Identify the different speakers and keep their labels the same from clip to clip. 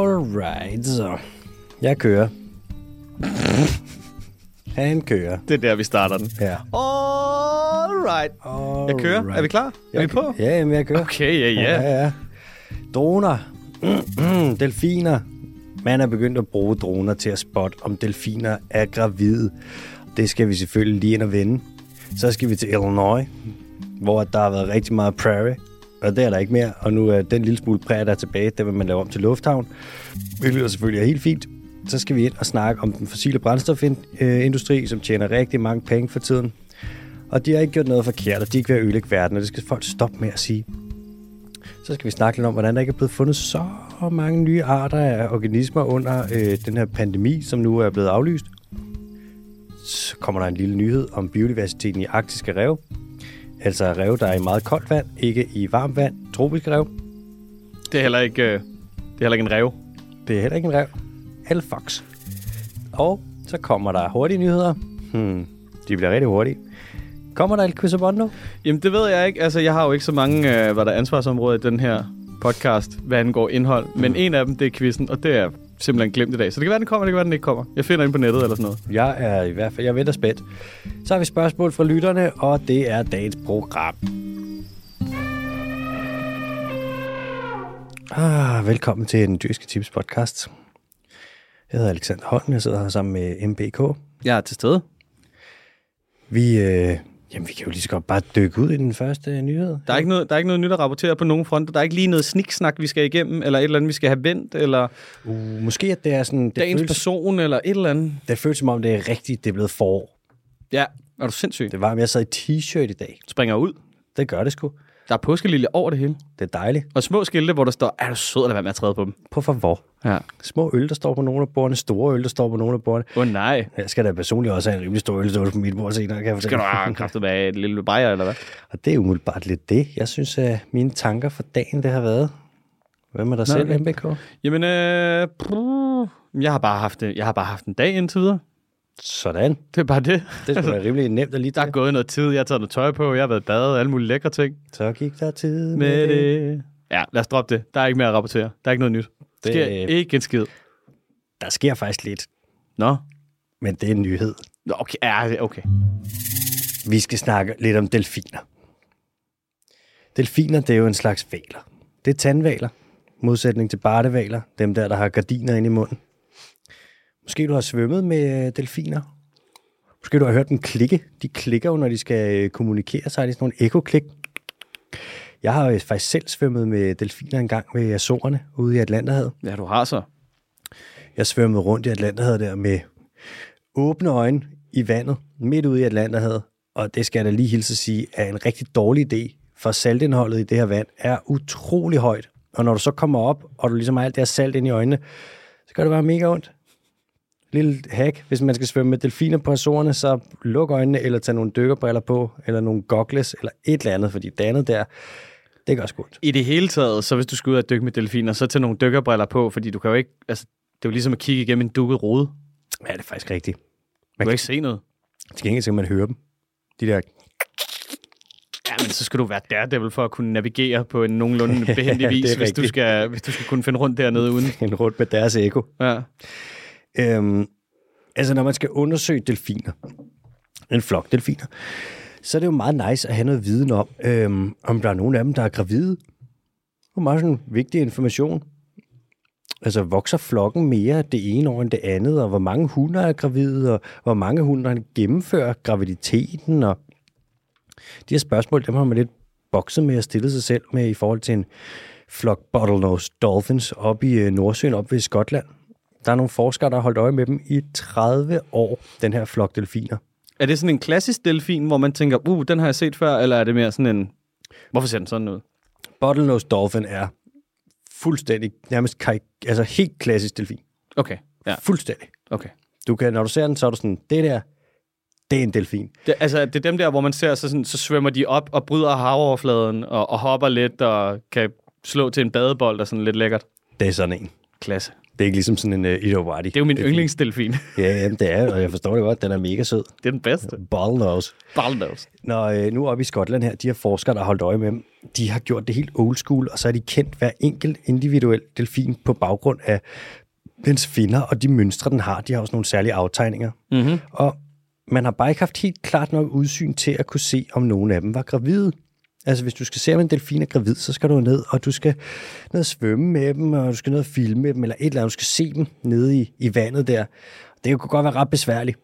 Speaker 1: Alright, så. Jeg kører. Han kører.
Speaker 2: Det er der, vi starter den.
Speaker 1: Ja.
Speaker 2: Alright. Jeg kører. Er vi klar? Er vi på?
Speaker 1: Ja, jamen, jeg kører.
Speaker 2: Okay, ja, ja.
Speaker 1: ja, ja. Droner. Mm-hmm. delfiner. Man er begyndt at bruge droner til at spotte, om delfiner er gravide. Det skal vi selvfølgelig lige ind og vende. Så skal vi til Illinois, hvor der har været rigtig meget prairie. Og der er der ikke mere. Og nu er den lille smule prairie, der er tilbage, der vil man lave om til lufthavn. Hvilket selvfølgelig er helt fint. Så skal vi ind og snakke om den fossile brændstofindustri, som tjener rigtig mange penge for tiden. Og de har ikke gjort noget forkert, og de er ikke ved at ødelægge verden, og det skal folk stoppe med at sige. Så skal vi snakke lidt om, hvordan der ikke er blevet fundet så mange nye arter af organismer under øh, den her pandemi, som nu er blevet aflyst. Så kommer der en lille nyhed om biodiversiteten i arktiske rev. Altså rev, der er i meget koldt vand, ikke i varmt vand. Tropiske rev.
Speaker 2: Det er heller ikke, øh, det er heller ikke en rev.
Speaker 1: Det er heller ikke en rev. Alle fox. Og så kommer der hurtige nyheder. Hmm, de bliver rigtig hurtige. Kommer der et quiz og bondo?
Speaker 2: Jamen, det ved jeg ikke. Altså, jeg har jo ikke så mange, øh, hvad der er ansvarsområder i den her podcast, hvad angår indhold. Men en af dem, det er quizzen, og det er jeg simpelthen glemt i dag. Så det kan være, den kommer, det kan være, den ikke kommer. Jeg finder den på nettet eller sådan noget.
Speaker 1: Jeg er i hvert fald, jeg venter spændt. Så har vi spørgsmål fra lytterne, og det er dagens program. Ah, velkommen til den dyrske tips podcast. Jeg hedder Alexander Holm, jeg sidder her sammen med MBK.
Speaker 2: Jeg er til stede.
Speaker 1: Vi, øh, jamen, vi kan jo lige så godt bare dykke ud i den første øh, nyhed.
Speaker 2: Der er, ikke noget, der er ikke noget nyt at rapportere på nogen fronter. Der er ikke lige noget sniksnak, vi skal igennem, eller et eller andet, vi skal have vendt, eller
Speaker 1: Uh, måske at det er sådan, det
Speaker 2: dagens
Speaker 1: føles,
Speaker 2: person, eller et eller andet.
Speaker 1: det føles som om det er rigtigt, det er blevet forår.
Speaker 2: Ja, er du sindssyg? Det
Speaker 1: Det var, om jeg sad i t-shirt i dag.
Speaker 2: springer ud.
Speaker 1: Det gør det sgu.
Speaker 2: Der er påskelilje over det hele.
Speaker 1: Det er dejligt.
Speaker 2: Og små skilte, hvor der står, er du sød, eller hvad med at træde på dem?
Speaker 1: På favor.
Speaker 2: Ja.
Speaker 1: Små øl, der står på nogle af bordene. Store øl, der står på nogle af bordene.
Speaker 2: Åh oh, nej.
Speaker 1: Jeg skal da personligt også have en rimelig stor ølstål på mit bord senere, kan jeg
Speaker 2: Skal
Speaker 1: fortælle.
Speaker 2: du have en kraftet med et lille bajer, eller hvad?
Speaker 1: Og det er umiddelbart lidt det. Jeg synes, at mine tanker for dagen, det har været. Hvad med dig Nå, selv,
Speaker 2: okay.
Speaker 1: MBK?
Speaker 2: Jamen, øh, puh, jeg, har bare haft, øh, jeg har bare haft en dag indtil videre.
Speaker 1: Sådan.
Speaker 2: Det er bare det.
Speaker 1: Det skulle være rimelig nemt at lige
Speaker 2: Der er
Speaker 1: tak.
Speaker 2: gået noget tid, jeg har taget noget tøj på, jeg har været i bad, alle mulige lækre ting.
Speaker 1: Så gik der tid
Speaker 2: Med det. Ja, lad os droppe det. Der er ikke mere at rapportere. Der er ikke noget nyt. Det
Speaker 1: Det-
Speaker 2: sker ikke en skid.
Speaker 1: Der sker faktisk lidt,
Speaker 2: Nå.
Speaker 1: men det er en nyhed.
Speaker 2: Nå, okay. Ja, okay.
Speaker 1: Vi skal snakke lidt om delfiner. Delfiner, det er jo en slags valer. Det er tandvaler. Modsætning til bartevaler. Dem der, der har gardiner inde i munden. Måske du har svømmet med øh, delfiner. Måske du har hørt dem klikke. De klikker jo, når de skal øh, kommunikere, så er de sådan nogle ekoklik. Jeg har jo faktisk selv svømmet med delfiner engang ved Azorerne ude i Atlanterhavet.
Speaker 2: Ja, du har så.
Speaker 1: Jeg svømmede rundt i Atlanterhavet der med åbne øjne i vandet, midt ude i Atlanterhavet. Og det skal jeg da lige hilse at sige, er en rigtig dårlig idé, for saltindholdet i det her vand er utrolig højt. Og når du så kommer op, og du ligesom har alt det her salt ind i øjnene, så gør det bare mega ondt. Lille hack, hvis man skal svømme med delfiner på Azorerne, så luk øjnene, eller tag nogle dykkerbriller på, eller nogle goggles, eller et eller andet, fordi det andet der, det gør sgu ondt.
Speaker 2: I det hele taget, så hvis du skal ud og dykke med delfiner, så tag nogle dykkerbriller på, fordi du kan jo ikke... Altså, det er jo ligesom at kigge igennem en dukket rude. Du
Speaker 1: Ja, det er faktisk rigtigt.
Speaker 2: kan ikke se noget.
Speaker 1: Til gengæld så kan man høre dem. De der
Speaker 2: Ja, men så skal du være daredevil for at kunne navigere på en nogenlunde behændig
Speaker 1: Ja, det er
Speaker 2: vis, hvis du,
Speaker 1: rigtigt.
Speaker 2: skal, hvis du skal kunne finde rundt dernede uden.
Speaker 1: en rundt med deres ekko.
Speaker 2: Ja.
Speaker 1: Øhm, altså, når man skal undersøge delfiner, en flok delfiner, så er det jo meget nice at have noget viden om, øhm, om der er nogen af dem, der er gravide. Det er meget sådan vigtig information. Altså, vokser flokken mere det ene år end det andet, og hvor mange hunder er gravide, og hvor mange hunder gennemfører graviditeten, og de her spørgsmål, dem har man lidt bokset med at stille sig selv med i forhold til en flok bottlenose dolphins op i øh, Nordsøen, op ved Skotland. Der er nogle forskere, der har holdt øje med dem i 30 år, den her flok delfiner.
Speaker 2: Er det sådan en klassisk delfin, hvor man tænker, uh, den har jeg set før, eller er det mere sådan en... Hvorfor ser den sådan ud?
Speaker 1: Bottlenose dolphin er fuldstændig, nærmest karik- altså helt klassisk delfin.
Speaker 2: Okay, ja,
Speaker 1: Fuldstændig.
Speaker 2: okay.
Speaker 1: Du kan, når du ser den, så er du sådan, det der, det er en delfin.
Speaker 2: Det, altså, det er dem der, hvor man ser, så, sådan, så svømmer de op og bryder havoverfladen og, og hopper lidt og kan slå til en badebold og sådan lidt lækkert.
Speaker 1: Det er sådan en.
Speaker 2: Klasse.
Speaker 1: Det er ikke ligesom sådan en uh, Irrawaddy.
Speaker 2: Det er jo min yndlingsdelfin.
Speaker 1: Ja, jamen, det er, og jeg forstår det godt. Den er mega sød.
Speaker 2: det er den bedste.
Speaker 1: Bottlenose.
Speaker 2: Baldos.
Speaker 1: Når øh, nu oppe i Skotland her, de her forskere, der har holdt øje med dem, de har gjort det helt old school, og så har de kendt hver enkelt individuel delfin på baggrund af dens finner og de mønstre, den har, de har også nogle særlige aftegninger. Mm-hmm. Og man har bare ikke haft helt klart nok udsyn til at kunne se, om nogen af dem var gravide. Altså, hvis du skal se, om en delfin er gravid, så skal du ned, og du skal ned og svømme med dem, og du skal ned og filme med dem, eller et eller andet, du skal se dem nede i, i vandet der. Det kunne godt være ret besværligt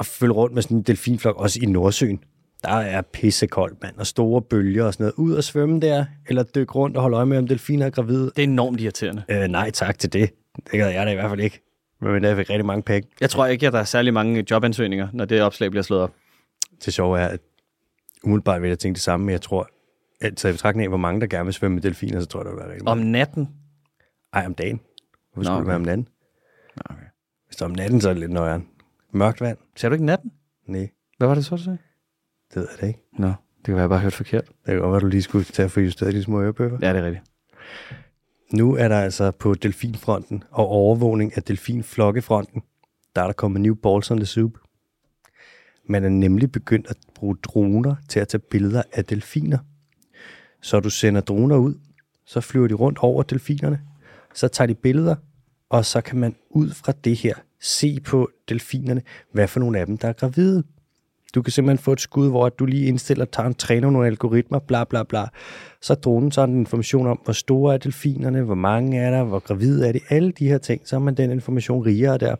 Speaker 1: at følge rundt med sådan en delfinflok, også i Nordsøen. Der er pissekoldt, mand, og store bølger og sådan noget. Ud og svømme der, eller dykke rundt og holde øje med, om delfiner er gravide.
Speaker 2: Det er enormt irriterende.
Speaker 1: Øh, nej, tak til det. Det gad jeg da i hvert fald ikke. Men jeg fik rigtig mange penge.
Speaker 2: Jeg tror ikke, at der er særlig mange jobansøgninger, når det opslag bliver slået op.
Speaker 1: Det sjove er, at umiddelbart vil jeg tænke det samme, men jeg tror, at taget i betragtning af, hvor mange der gerne vil svømme med delfiner, så tror jeg, der vil være rigtig
Speaker 2: Om
Speaker 1: mange.
Speaker 2: natten.
Speaker 1: Ej, om dagen. Hvorfor
Speaker 2: Nå,
Speaker 1: skulle det være om natten?
Speaker 2: okay.
Speaker 1: Hvis det er om natten, så er det lidt nøjeren. Mørkt vand?
Speaker 2: Ser du ikke natten?
Speaker 1: Nej,
Speaker 2: Hvad var det så, du sagde?
Speaker 1: det ved jeg det ikke.
Speaker 2: Nå, det kan være, jeg bare hørte forkert.
Speaker 1: Det kan godt være, du lige skulle tage at få justeret de små ørebøffer.
Speaker 2: Ja, det er rigtigt.
Speaker 1: Nu er der altså på delfinfronten og overvågning af delfinflokkefronten, der er der kommet new balls on the soup. Man er nemlig begyndt at bruge droner til at tage billeder af delfiner. Så du sender droner ud, så flyver de rundt over delfinerne, så tager de billeder, og så kan man ud fra det her se på delfinerne, hvad for nogle af dem, der er gravide. Du kan simpelthen få et skud, hvor du lige indstiller, tager en træner nogle algoritmer, bla bla bla. Så er dronen så har den information om, hvor store er delfinerne, hvor mange er der, hvor gravide er de, alle de her ting, så er man den information rigere der.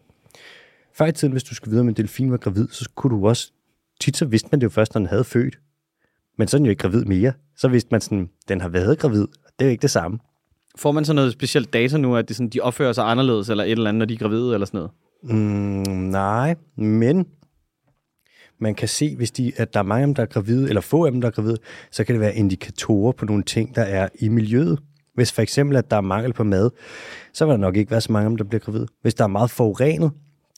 Speaker 1: Før i tiden, hvis du skulle vide, om en delfin var gravid, så kunne du også, tit så vidste man det jo først, når den havde født. Men så er den jo ikke gravid mere. Så vidste man sådan, den har været gravid, og det er jo ikke det samme.
Speaker 2: Får man så noget specielt data nu, at de, sådan, de opfører sig anderledes, eller et eller andet, når de er gravide, eller sådan noget?
Speaker 1: Mm, nej, men man kan se, hvis de, at der er mange af dem, der er gravide, eller få af dem, der er gravide, så kan det være indikatorer på nogle ting, der er i miljøet. Hvis for eksempel, at der er mangel på mad, så vil der nok ikke være så mange af dem, der bliver gravide. Hvis der er meget forurenet,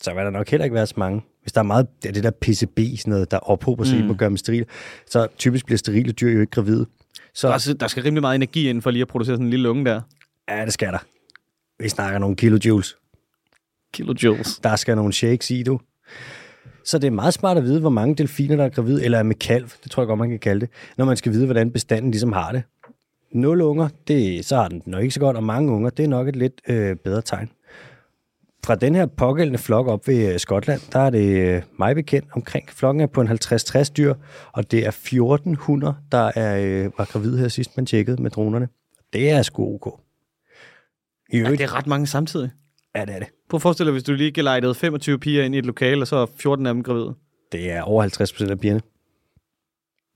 Speaker 1: så vil der nok heller ikke være så mange. Hvis der er meget af det der PCB, sådan noget, der ophober sig mm. på at gøre dem sterile, så typisk bliver sterile dyr jo ikke gravide. Så
Speaker 2: Der, er så- der skal rimelig meget energi ind for lige at producere sådan en lille lunge der.
Speaker 1: ja, det skal der. Vi snakker nogle kilojoules.
Speaker 2: Kilojoules.
Speaker 1: Der skal nogle shakes i, du. Så det er meget smart at vide, hvor mange delfiner, der er gravid, eller er med kalv, det tror jeg godt, man kan kalde det, når man skal vide, hvordan bestanden ligesom har det. Nul unger, det, så har den det nok ikke så godt, og mange unger, det er nok et lidt øh, bedre tegn. Fra den her pågældende flok op ved øh, Skotland, der er det øh, mig bekendt omkring, flokken er på en 50-60 dyr, og det er 14 hunder, der er, øh, var gravid her sidst, man tjekkede med dronerne. Det er sgu ok. I
Speaker 2: Ja,
Speaker 1: øvrigt,
Speaker 2: det er ret mange samtidig.
Speaker 1: ja, det er det.
Speaker 2: Prøv at forestille dig, hvis du lige gelejtede 25 piger ind i et lokale, og så er 14 af dem gravide.
Speaker 1: Det er over 50 procent af pigerne.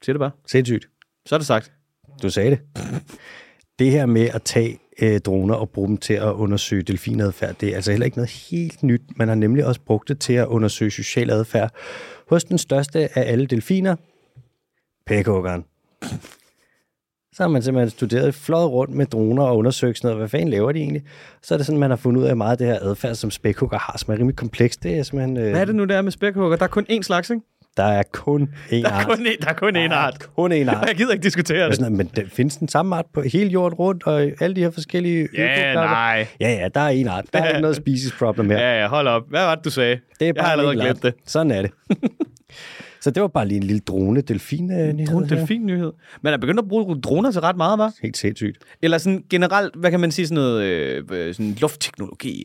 Speaker 2: Siger det bare.
Speaker 1: Sindssygt.
Speaker 2: Så er det sagt.
Speaker 1: Du sagde det. Det her med at tage øh, droner og bruge dem til at undersøge delfinadfærd, det er altså heller ikke noget helt nyt. Man har nemlig også brugt det til at undersøge social adfærd hos den største af alle delfiner, pækhuggeren. Så har man simpelthen studeret flot rundt med droner og undersøgt sådan noget. Hvad fanden laver de egentlig? Så er det sådan, man har fundet ud af meget af det her adfærd, som spækhugger har, som er rimelig komplekst. Det er simpelthen... Øh,
Speaker 2: Hvad er det nu, der er med spækhugger? Der er kun én slags, ikke?
Speaker 1: Der er kun én
Speaker 2: Der er
Speaker 1: art.
Speaker 2: kun én, der er kun én art.
Speaker 1: Kun én art.
Speaker 2: Og jeg gider ikke diskutere
Speaker 1: Og
Speaker 2: det.
Speaker 1: sådan, noget, men den, findes den samme art på hele jorden rundt, og i alle de her forskellige
Speaker 2: Ja,
Speaker 1: økoklapper?
Speaker 2: nej.
Speaker 1: Ja, ja, der er en art. Der er ikke noget species problem her.
Speaker 2: Ja, ja, hold op. Hvad var det, du sagde?
Speaker 1: Det er bare
Speaker 2: jeg har allerede
Speaker 1: en enkelt
Speaker 2: glemt det.
Speaker 1: art. Sådan er det. så det var bare lige en lille drone delfin nyhed her.
Speaker 2: Delfin nyhed. Man er begyndt at bruge droner til ret meget, var?
Speaker 1: Helt sindssygt.
Speaker 2: Eller sådan generelt, hvad kan man sige, sådan noget øh, øh, sådan luftteknologi.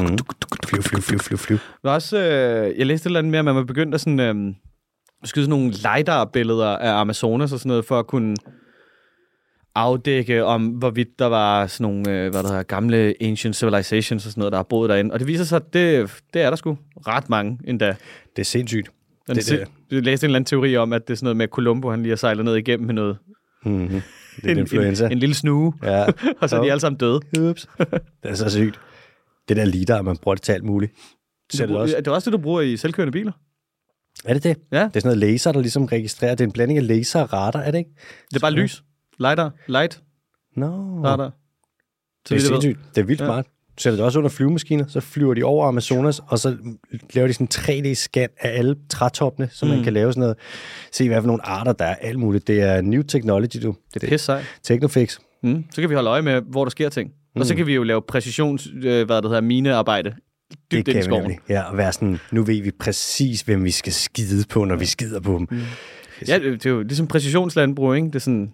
Speaker 1: Mm. Flyv, flyv, flyv, flyv, flyv.
Speaker 2: Der er også, øh, jeg læste et eller andet mere, at man var begyndt at sådan, øh, skyde sådan nogle LiDAR-billeder af Amazonas og sådan noget, for at kunne afdække om, hvorvidt der var sådan nogle, øh, hvad der hedder, gamle ancient civilizations og sådan noget, der har boet derinde. Og det viser sig, at det, det er der sgu ret mange endda.
Speaker 1: Det er sindssygt.
Speaker 2: Den
Speaker 1: Det
Speaker 2: det,
Speaker 1: er det.
Speaker 2: det. Jeg læste en eller anden teori om, at det er sådan noget med, at Columbo han lige har sejlet ned igennem med noget.
Speaker 1: Mm-hmm. Det er en,
Speaker 2: en,
Speaker 1: influenza.
Speaker 2: en, en lille snue,
Speaker 1: Ja.
Speaker 2: og så er
Speaker 1: Hov.
Speaker 2: de alle sammen døde.
Speaker 1: Ups. det er så sygt. Det der lidar, man bruger det til alt muligt. Så er
Speaker 2: Det,
Speaker 1: det
Speaker 2: også.
Speaker 1: også.
Speaker 2: det er også det, du bruger i selvkørende biler.
Speaker 1: Er det det?
Speaker 2: Ja.
Speaker 1: Det er sådan noget laser, der ligesom registrerer. Det er en blanding af laser og radar, er det ikke?
Speaker 2: Det er bare
Speaker 1: Smart.
Speaker 2: lys. Lighter. Light.
Speaker 1: Nå.
Speaker 2: Radar.
Speaker 1: Det
Speaker 2: Så
Speaker 1: er
Speaker 2: vidt jeg ved.
Speaker 1: sindssygt. Det er vildt
Speaker 2: Ja.
Speaker 1: ja. smart. Du sætter det også under flyvemaskiner, så flyver de over Amazonas, og så laver de sådan en 3D-scan af alle trætoppene, så mm. man kan lave sådan noget. Se, hvad for nogle arter der er, alt muligt. Det er new technology, du.
Speaker 2: Det er pisse sejt.
Speaker 1: Technofix.
Speaker 2: Mm. Så kan vi holde øje med, hvor der sker ting. Mm. Og så kan vi jo lave præcisions, øh, hvad det hedder, minearbejde. Dybt ind i
Speaker 1: det kan vi
Speaker 2: skoven.
Speaker 1: nemlig. Ja, og være sådan, nu ved vi præcis, hvem vi skal
Speaker 2: Mm.
Speaker 1: skide på, når vi skider på dem.
Speaker 2: Ja, det, det er jo ligesom præcisionslandbrug, ikke? Det er sådan,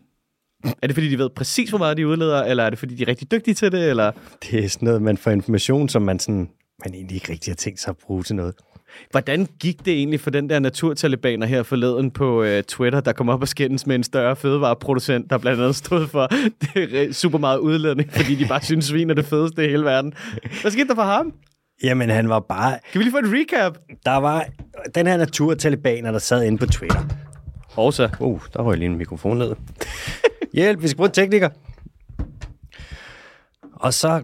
Speaker 2: Er det, fordi de ved præcis, hvor meget de udleder, eller er det, fordi de er rigtig dygtige til det, eller
Speaker 1: Det er sådan noget, man får information, som man, sådan, man egentlig ikke rigtig har tænkt sig at bruge til noget.
Speaker 2: Hvordan gik det egentlig for den der naturtalibaner her forleden på øh, Twitter, der kom op og skændes med en større fødevareproducent, der blandt andet stod for det er super meget udledning, fordi de bare synes, svin er det fedeste i hele verden. Hvad skete der for ham?
Speaker 1: Jamen, han var bare...
Speaker 2: Kan vi lige få et recap?
Speaker 1: Der var den her naturtalibaner, der sad inde på Twitter.
Speaker 2: Horsa.
Speaker 1: Uh, der røg lige en mikrofon ned. Hjælp, vi skal bruge en tekniker. Og så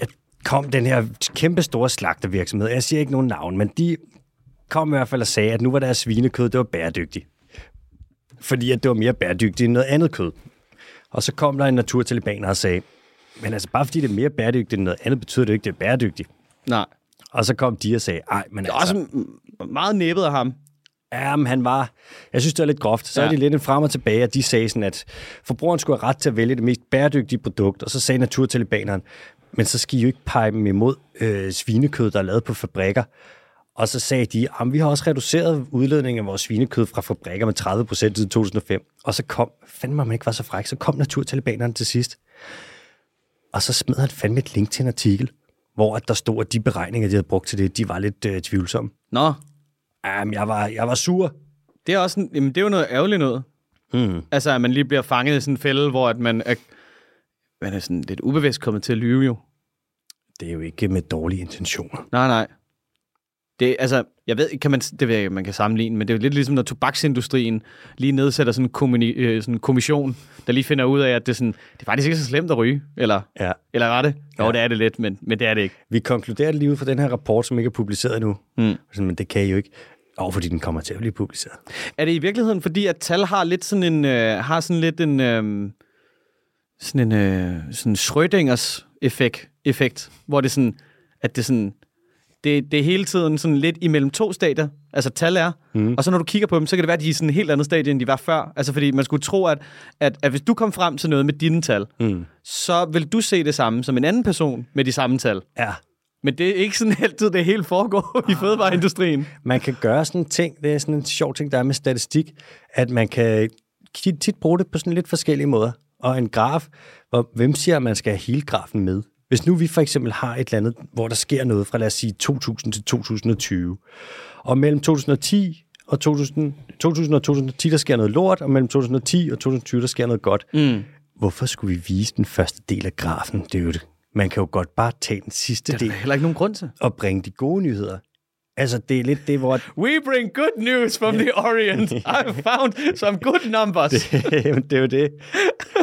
Speaker 1: øh, kom den her kæmpe store slagtervirksomhed. Jeg siger ikke nogen navn, men de kom i hvert fald og sagde, at nu var deres svinekød, det var bæredygtigt. Fordi at det var mere bæredygtigt end noget andet kød. Og så kom der en naturtalibaner og sagde, men altså bare fordi det er mere bæredygtigt end noget andet, betyder det jo ikke, det er bæredygtigt.
Speaker 2: Nej.
Speaker 1: Og så kom de og sagde, ej, men altså...
Speaker 2: Også m- meget næbet af ham.
Speaker 1: Jamen, han var... Jeg synes, det var lidt groft. Så ja.
Speaker 2: Ja.
Speaker 1: er det lidt en frem og tilbage, og de sagde sådan, at forbrugeren skulle have ret til at vælge det mest bæredygtige produkt, og så sagde naturtalibaneren, men så skal I jo ikke pege dem imod øh, svinekød, der er lavet på fabrikker. Og så sagde de, at vi har også reduceret udledningen af vores svinekød fra fabrikker med 30 procent siden 2005. Og så kom, fandme om man ikke var så fræk, så kom naturtalibaneren til sidst. Og så smed han fandme et link til en artikel, hvor at der stod, at de beregninger, de havde brugt til det, de var lidt øh, tvivlsomme.
Speaker 2: Nå,
Speaker 1: Jamen, jeg var, jeg var sur.
Speaker 2: det er, også en, jamen, det er jo noget ærgerligt noget. Mm. Altså, at man lige bliver fanget i sådan en fælde, hvor at man, er, man er sådan lidt ubevidst kommet til at lyve jo.
Speaker 1: Det er jo ikke med dårlige intentioner.
Speaker 2: Nej, nej. Det, altså, jeg ved ikke, kan man, det ved jeg, ikke, man kan sammenligne, men det er jo lidt ligesom, når tobaksindustrien lige nedsætter sådan en, kommuni, øh, sådan en kommission, der lige finder ud af, at det, er sådan, det er faktisk ikke så slemt at ryge, eller,
Speaker 1: Ja.
Speaker 2: eller var det? Jo,
Speaker 1: Ja.
Speaker 2: ja. det er det lidt, men, men det er det ikke.
Speaker 1: Vi konkluderer lige ud fra den her rapport, som ikke er publiceret endnu. Mm. Men det kan I jo ikke. Og fordi den kommer til at blive publiceret.
Speaker 2: Er det i virkeligheden, fordi at tal har lidt sådan en, øh, har sådan lidt en, øh, sådan en, øh, sådan Schrödingers effekt, effekt, hvor det sådan, at det sådan, det, det er hele tiden sådan lidt imellem to stadier, altså tal er, mm. og så når du kigger på dem, så kan det være, at de er i sådan et helt andet stadie, end de var før. Altså fordi man skulle tro, at, at, at hvis du kom frem til noget med dine tal, mm. så vil du se det samme som en anden person med de samme tal.
Speaker 1: Ja.
Speaker 2: Men det er ikke sådan altid, det hele foregår i fødevareindustrien.
Speaker 1: Man kan gøre sådan en ting, det er sådan en sjov ting, der er med statistik, at man kan tit, tit bruge det på sådan lidt forskellige måder. Og en graf, hvor, hvem siger, at man skal have hele grafen med? Hvis nu vi for eksempel har et eller andet, hvor der sker noget fra, lad os sige, 2000 til 2020, og mellem 2010 og 2000, 2000 og 2010, der sker noget lort, og mellem 2010 og 2020, der sker noget godt. Mm. Hvorfor skulle vi vise den første del af grafen? Det er jo det. Man kan jo godt bare tage den sidste
Speaker 2: Det
Speaker 1: del
Speaker 2: er heller ikke nogen grund til.
Speaker 1: og bringe de gode nyheder. Altså, det er lidt det, hvor
Speaker 2: We bring good news from the Orient. I found some good numbers.
Speaker 1: Jamen, det er jo det.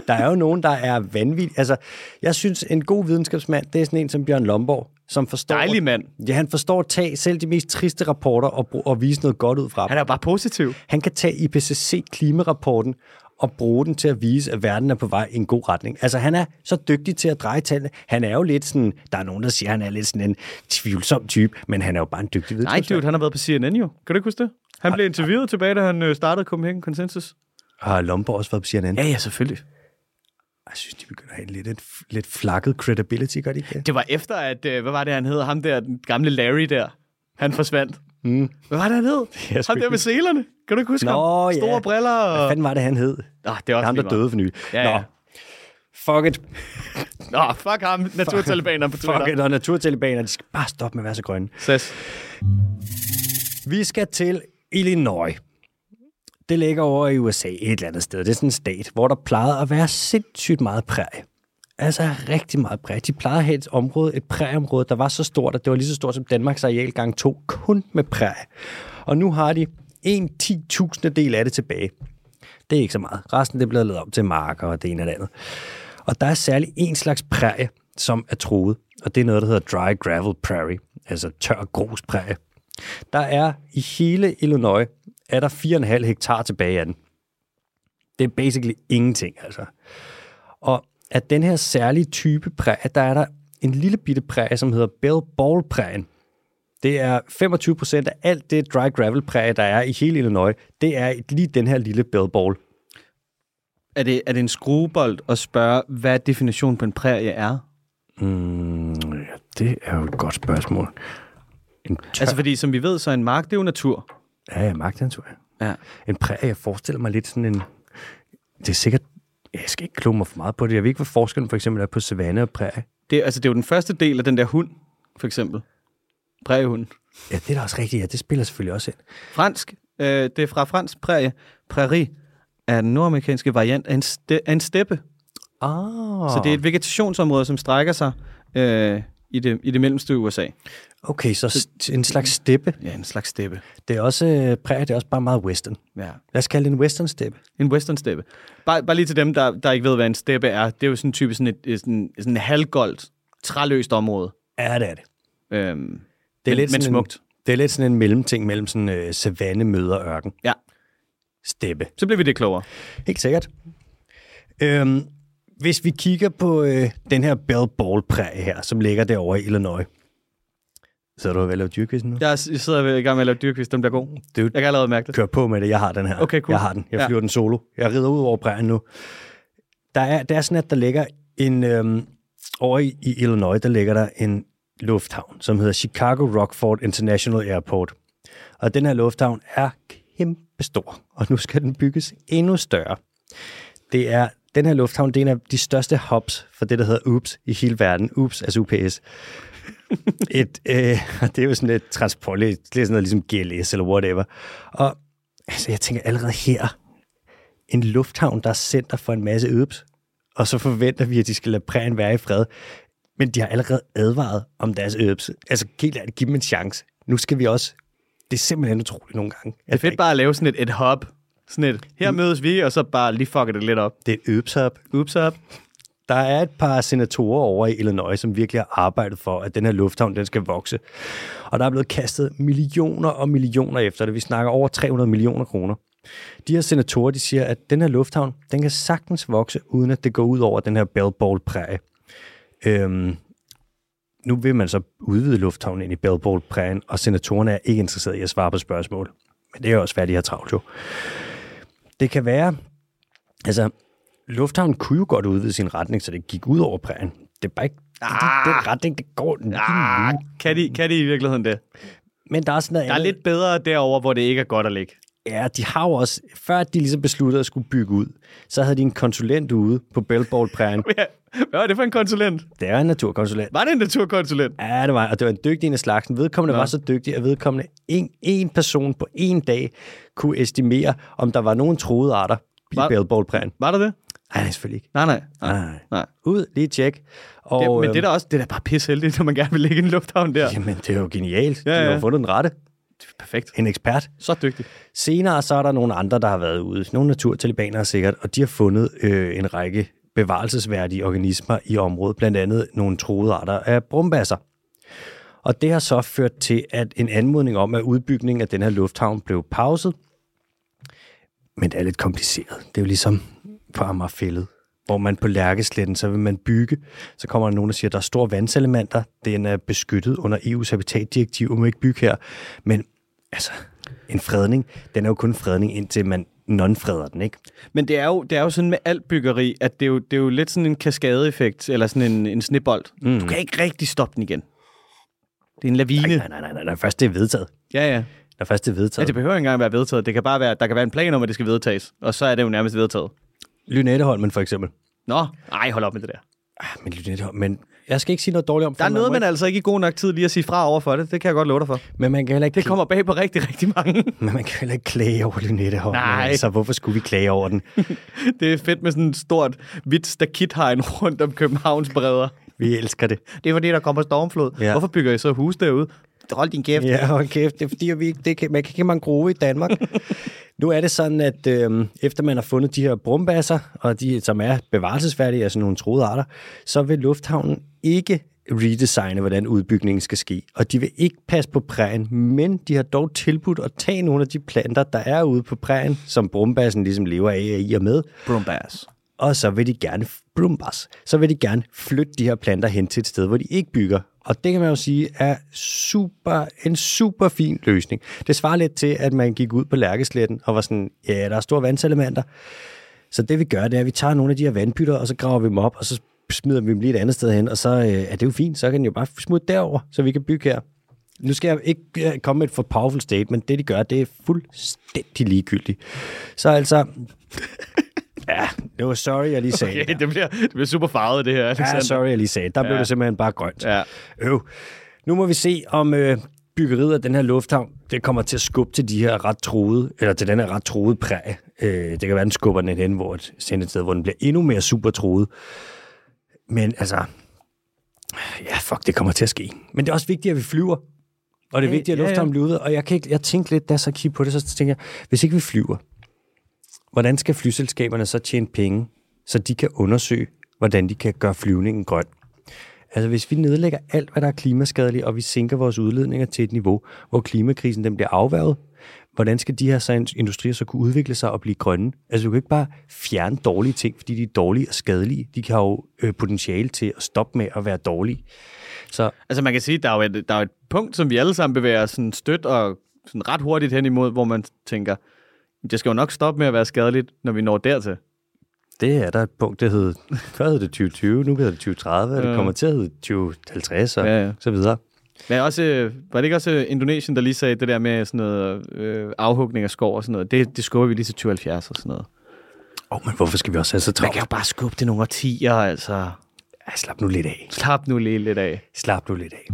Speaker 1: Der er jo nogen, der er vanvittige. Altså, jeg synes, en god videnskabsmand, det er sådan en som Bjørn Lomborg, som forstår...
Speaker 2: Dejlig mand.
Speaker 1: Ja, han forstår at tage selv de mest triste rapporter og, bru- og vise noget godt ud fra dem.
Speaker 2: Han er jo bare positiv.
Speaker 1: Han kan tage IPCC-klimarapporten og bruge den til at vise, at verden er på vej i en god retning. Altså, han er så dygtig til at dreje tallene. Han er jo lidt sådan... Der er nogen, der siger, at han er lidt sådan en tvivlsom type, men han er jo bare en dygtig
Speaker 2: Nej,
Speaker 1: videnskabsmand.
Speaker 2: dude, han har været på CNN jo. Kan du ikke huske det? Han blev interviewet tilbage, da han øh, startede Copenhagen Consensus.
Speaker 1: Har Lomborg også været på CNN?
Speaker 2: Ja, ja, selvfølgelig.
Speaker 1: Jeg synes, de begynder at have lidt, et, lidt flakket credibility, gør de ikke det?
Speaker 2: Det var efter, at, øh, hvad var det, han hed? Ham der, den gamle Larry der. Han forsvandt. Mm. Hvad var det, han hed?
Speaker 1: jeg sgu
Speaker 2: Ham der
Speaker 1: ikke
Speaker 2: med selerne. Kan du ikke huske
Speaker 1: Nå,
Speaker 2: ham?
Speaker 1: ja.
Speaker 2: Store briller.
Speaker 1: Hvad
Speaker 2: Og...
Speaker 1: fanden var det, han hed?
Speaker 2: Ah, det er også
Speaker 1: Ham, der
Speaker 2: lige meget.
Speaker 1: døde for nylig.
Speaker 2: Ja,
Speaker 1: Nå,
Speaker 2: ja.
Speaker 1: fuck it.
Speaker 2: Nå, fuck ham. Naturtalibaneren på
Speaker 1: Fuck
Speaker 2: Twitter.
Speaker 1: it. Og naturtalibaner, de skal bare stoppe med at være så grønne.
Speaker 2: Ses.
Speaker 1: Vi skal til Illinois. Det ligger over i USA et eller andet sted. Det er sådan en stat, hvor der plejede at være sindssygt meget prærie. Altså rigtig meget prærie. De plejede at have et område, et prærieområde, der var så stort, at det var lige så stort som Danmarks areal gang to, kun med prærie. Og nu har de en 10.000 del af det tilbage. Det er ikke så meget. Resten det er blevet lavet om til marker og det ene og det andet. Og der er særlig en slags prærie, som er truet, og det er noget, der hedder dry gravel prairie, altså tør grus prærie. Der er i hele Illinois, er der 4,5 hektar tilbage af den. Det er basically ingenting, altså. Og af den her særlige type prærie, der er der en lille bitte prærie, som hedder Bell Ball prærien. Det er 25 procent af alt det dry gravel prærie, der er i hele Illinois, det er lige den her lille Bell Ball.
Speaker 2: Er det, er det en skruebold at spørge, hvad definitionen på en prærie er?
Speaker 1: Mm, ja, det er jo et godt spørgsmål. En tør,
Speaker 2: Altså,
Speaker 1: altså,
Speaker 2: fordi som vi ved, så er en mark, det er jo natur.
Speaker 1: ja, ja, magtnatur.
Speaker 2: Ja.
Speaker 1: En prærie, jeg forestiller mig lidt sådan en... Det er sikkert jeg skal ikke kloge mig for meget på det. Jeg ved ikke, hvad forskellen for eksempel er på savanne og prærie.
Speaker 2: Det, altså, det er jo den første del af den der hund, for eksempel. Præriehunden.
Speaker 1: Ja, det er da også rigtigt. Ja, det spiller selvfølgelig også ind.
Speaker 2: Fransk. Øh, det er fra fransk prærie. Prairie er den nordamerikanske variant af en, ste, af en steppe.
Speaker 1: Ah.
Speaker 2: Så det er et vegetationsområde, som strækker sig øh, i, det, i det mellemste USA.
Speaker 1: Okay, så st- en slags steppe.
Speaker 2: Ja, en slags steppe.
Speaker 1: Det er også, øh, prærie, det er også bare meget western.
Speaker 2: Ja.
Speaker 1: Lad os kalde det en western steppe.
Speaker 2: En western-steppe. Bare, bare lige til dem, der, der ikke ved, hvad en steppe er. Det er jo sådan typisk sådan et, et sådan, sådan et halvgoldt, træløst område.
Speaker 1: Ja, det er det.
Speaker 2: Øhm,
Speaker 1: Det er
Speaker 2: men,
Speaker 1: lidt
Speaker 2: men
Speaker 1: sådan
Speaker 2: smukt.
Speaker 1: En, det er lidt sådan en mellemting mellem sådan øh, savanne møder ørken.
Speaker 2: Ja,
Speaker 1: Steppe.
Speaker 2: så bliver vi det klogere.
Speaker 1: Helt sikkert. Øhm, hvis vi kigger på øh, den her Bell Ball præg her, som ligger derovre i Illinois. Så er du ved at lave dyrkvisten nu?
Speaker 2: Jeg, s- jeg sidder i gang med at lave dyrkvist, dem bliver god.
Speaker 1: Det er jo-
Speaker 2: Jeg kan allerede mærke det.
Speaker 1: Kør på med det, jeg har den her.
Speaker 2: Okay, cool.
Speaker 1: Jeg har den. Jeg
Speaker 2: Ja.
Speaker 1: flyver ja. den solo. Jeg rider ud over prægen nu. Der er, det er sådan, at der ligger en... Øhm, over i, i Illinois, der ligger der en lufthavn, som hedder Chicago Rockford International Airport. Og den her lufthavn er kæmpestor, og nu skal den bygges endnu større. Det er, den her lufthavn, det er en af de største hubs for det, der hedder UPS i hele verden. UPS, altså UPS. Et, øh, og det er jo sådan et transport, det er sådan noget ligesom GLS eller whatever. Og altså, jeg tænker allerede her, en lufthavn, der er center for en masse øbs, og så forventer vi, at de skal lade prægen være i fred. Men de har allerede advaret om deres øbs. Altså, helt ærligt, giv dem en chance. Nu skal vi også... Det er simpelthen utroligt nogle gange.
Speaker 2: Det Mm. er fedt bare at lave sådan et, et hop. Sådan et, her mødes vi, og så bare lige fucker det lidt op.
Speaker 1: Det er et øbshub.
Speaker 2: Ups up.
Speaker 1: Der er et par senatorer over i Illinois, som virkelig har arbejdet for, at den her lufthavn den skal vokse. Og der er blevet kastet millioner og millioner efter det. Vi snakker over 300 millioner kroner. De her senatorer de siger, at den her lufthavn den kan sagtens vokse, uden at det går ud over den her Bell Ball præge. Øhm, nu vil man så udvide lufthavnen ind i Bell Ball prægen, og senatorerne er ikke interesseret i at svare på spørgsmål. Men det er jo også færdigt, de har travlt jo. Det kan være, altså lufthavnen kunne jo godt udvide sin retning, så det gik ud over prærien. Det er bare ikke ah, den retning, det går den ah,
Speaker 2: Ah, kan, de, kan de i virkeligheden det?
Speaker 1: Men der er sådan noget
Speaker 2: Der er
Speaker 1: andet.
Speaker 2: lidt bedre derover, hvor det ikke er godt at ligge.
Speaker 1: Ja, de har jo også, før de ligesom besluttede at skulle bygge ud, så havde de en konsulent ude på Bellbold prærien.
Speaker 2: Ja. Hvad var det for en konsulent?
Speaker 1: det er en naturkonsulent.
Speaker 2: Var det en naturkonsulent?
Speaker 1: Ja, det var, og det var en dygtig en af slagsen. Vedkommende
Speaker 2: Nå.
Speaker 1: var så dygtig, at vedkommende en, en person på en dag kunne estimere, om der var nogen troede arter i
Speaker 2: Var-
Speaker 1: Bellbold prærien.
Speaker 2: Var der det?
Speaker 1: Nej, det er selvfølgelig ikke.
Speaker 2: Nej, nej. nej.
Speaker 1: Nej, nej.
Speaker 2: nej.
Speaker 1: Ud, lige tjek. Og,
Speaker 2: Det, men det
Speaker 1: øhm,
Speaker 2: er da også det er da bare pisseheldigt, når man gerne vil ligge i en lufthavn der.
Speaker 1: Jamen, det er jo genialt. Ja,
Speaker 2: Ja,
Speaker 1: ja. De har
Speaker 2: ja.
Speaker 1: jo fundet den rette.
Speaker 2: Perfekt.
Speaker 1: En ekspert.
Speaker 2: Så dygtig.
Speaker 1: Senere så er der nogle andre, der har været ude. Nogle naturtalibanere sikkert, og de har fundet øh, en række bevarelsesværdige organismer i området, blandt andet nogle troede arter af brumbasser. Og det har så ført til, at en anmodning om, at udbygningen af den her lufthavn blev pauset. Men det er lidt kompliceret. Det er jo ligesom på Amagerfællet, hvor man på Lærkesletten, så vil man bygge. Så kommer der nogen, der siger, at der er store vandselementer. Den er beskyttet under EU's habitatdirektiv, og må ikke bygge her. Men altså, en fredning, den er jo kun en fredning, indtil man non-freder den, ikke?
Speaker 2: Men det er, jo, det er jo sådan med alt byggeri, at det er jo, det er jo lidt sådan en kaskadeeffekt, eller sådan en, en snebold. Mm. Du kan ikke rigtig stoppe den igen. Det er en lavine.
Speaker 1: Nej, nej, nej, nej, når først det er vedtaget.
Speaker 2: Ja, ja.
Speaker 1: Når først det er
Speaker 2: ja
Speaker 1: vedtaget.
Speaker 2: det behøver ikke engang være vedtaget. Det kan bare være, at der kan være en plan om, at det skal vedtages. Og så er det jo nærmest vedtaget.
Speaker 1: Lynetteholmen for eksempel.
Speaker 2: Nå, nej, hold op med det der.
Speaker 1: Ah, men Lynetteholmen, jeg skal ikke sige noget dårligt om
Speaker 2: Der er
Speaker 1: for
Speaker 2: noget,
Speaker 1: må
Speaker 2: man altså ikke i god nok tid lige at sige fra over for det. Det kan jeg godt love dig for.
Speaker 1: ikke- Men man kan heller ikke,
Speaker 2: Det kommer bag på rigtig, rigtig mange.
Speaker 1: men man kan heller ikke klage over Lynetteholmen.
Speaker 2: Nej.
Speaker 1: Altså, hvorfor skulle vi klage over den?
Speaker 2: Det er fedt med sådan et stort, hvidt stakithegn rundt om Københavns bredder.
Speaker 1: Vi elsker det.
Speaker 2: Det er fordi, der kommer stormflod.
Speaker 1: Ja.
Speaker 2: Hvorfor bygger I så hus derude? Hold din kæft.
Speaker 1: Ja, hold kæft. Det er fordi, at vi ikke, det kan, man kan ikke man grove i Danmark. nu er det sådan, at øh, efter man har fundet de her brumbasser, og de, som er bevarelsesværdige, altså nogle troede arter, så vil lufthavnen ikke redesigne, hvordan udbygningen skal ske. Og de vil ikke passe på prærien, men de har dog tilbudt at tage nogle af de planter, der er ude på prærien, som brumbassen ligesom lever af og i og med,
Speaker 2: Brumbass.
Speaker 1: og så vil de gerne brumbas. Så vil de gerne flytte de her planter hen til et sted, hvor de ikke bygger. Og det kan man jo sige er super, en super fin løsning. Det svarer lidt til, at man gik ud på Lærkesletten og var sådan, ja, der er store vandselementer. Så det vi gør, det er, at vi tager nogle af de her vandpytter, og så graver vi dem op, og så smider vi dem lige et andet sted hen, og så øh, er det jo fint, så kan den jo bare smutte derover, så vi kan bygge her. Nu skal jeg ikke øh, komme med et for powerful statement. Det, de gør, det er fuldstændig ligegyldigt. Så altså, Ja, det var sorry, jeg lige sagde
Speaker 2: Okay,
Speaker 1: det.
Speaker 2: det bliver, det bliver super farvet, det her,
Speaker 1: Ja,
Speaker 2: Alexander.
Speaker 1: sorry, jeg lige sagde. Der ja. blev
Speaker 2: Ja.
Speaker 1: det simpelthen bare grønt.
Speaker 2: Ja,
Speaker 1: Øv. Nu må vi se, om øh, byggeriet af den her lufthavn, det kommer til at skubbe til de her ret troede, eller til den her ret troede præg. Øh, det kan være, den skubber den hen, hvor et, sendt et sted, hvor den bliver endnu mere super troet. Men altså, ja, fuck, det kommer til at ske. Men det er også vigtigt, at vi flyver. Og det er
Speaker 2: Ja,
Speaker 1: vigtigt, at
Speaker 2: ja, ja.
Speaker 1: lufthavnen bliver ude. Og jeg, kan ikke, jeg tænkte lidt, da jeg så kiggede på det, så tænkte jeg, hvis ikke vi flyver, hvordan skal flyselskaberne så tjene penge, så de kan undersøge, hvordan de kan gøre flyvningen grøn? Altså hvis vi nedlægger alt, hvad der er klimaskadeligt, og vi sænker vores udledninger til et niveau, hvor klimakrisen den bliver afværget, hvordan skal de her så- industrier så kunne udvikle sig og blive grønne? Altså du kan ikke bare fjerne dårlige ting, fordi de er dårlige og skadelige. De kan jo øh, potentiale til at stoppe med at være dårlige. Så
Speaker 2: altså man kan sige, der er jo et, der er jo et punkt, som vi alle sammen bevæger os sådan stødt og sådan ret hurtigt hen imod, hvor man tænker, det skal jo nok stoppe med at være skadeligt, når vi når dertil.
Speaker 1: det er der et punkt, det hed, før hed det 2020, nu hedder det 2030, og det
Speaker 2: Ja.
Speaker 1: kommer til at hedde 2050 og
Speaker 2: Ja, ja.
Speaker 1: så videre.
Speaker 2: Men også, øh, var det ikke også øh, Indonesien, der lige sagde det der med sådan noget øh, afhugning af skov og sådan noget? Det, det skubber vi lige til 2070 og sådan noget.
Speaker 1: Åh, oh, men hvorfor skal vi også have så
Speaker 2: Man
Speaker 1: travlt?
Speaker 2: kan jo bare skubbe det nogle årtier, altså.
Speaker 1: Ja, slap nu lidt af.
Speaker 2: Slap nu lige lidt af.
Speaker 1: Slap nu lidt af.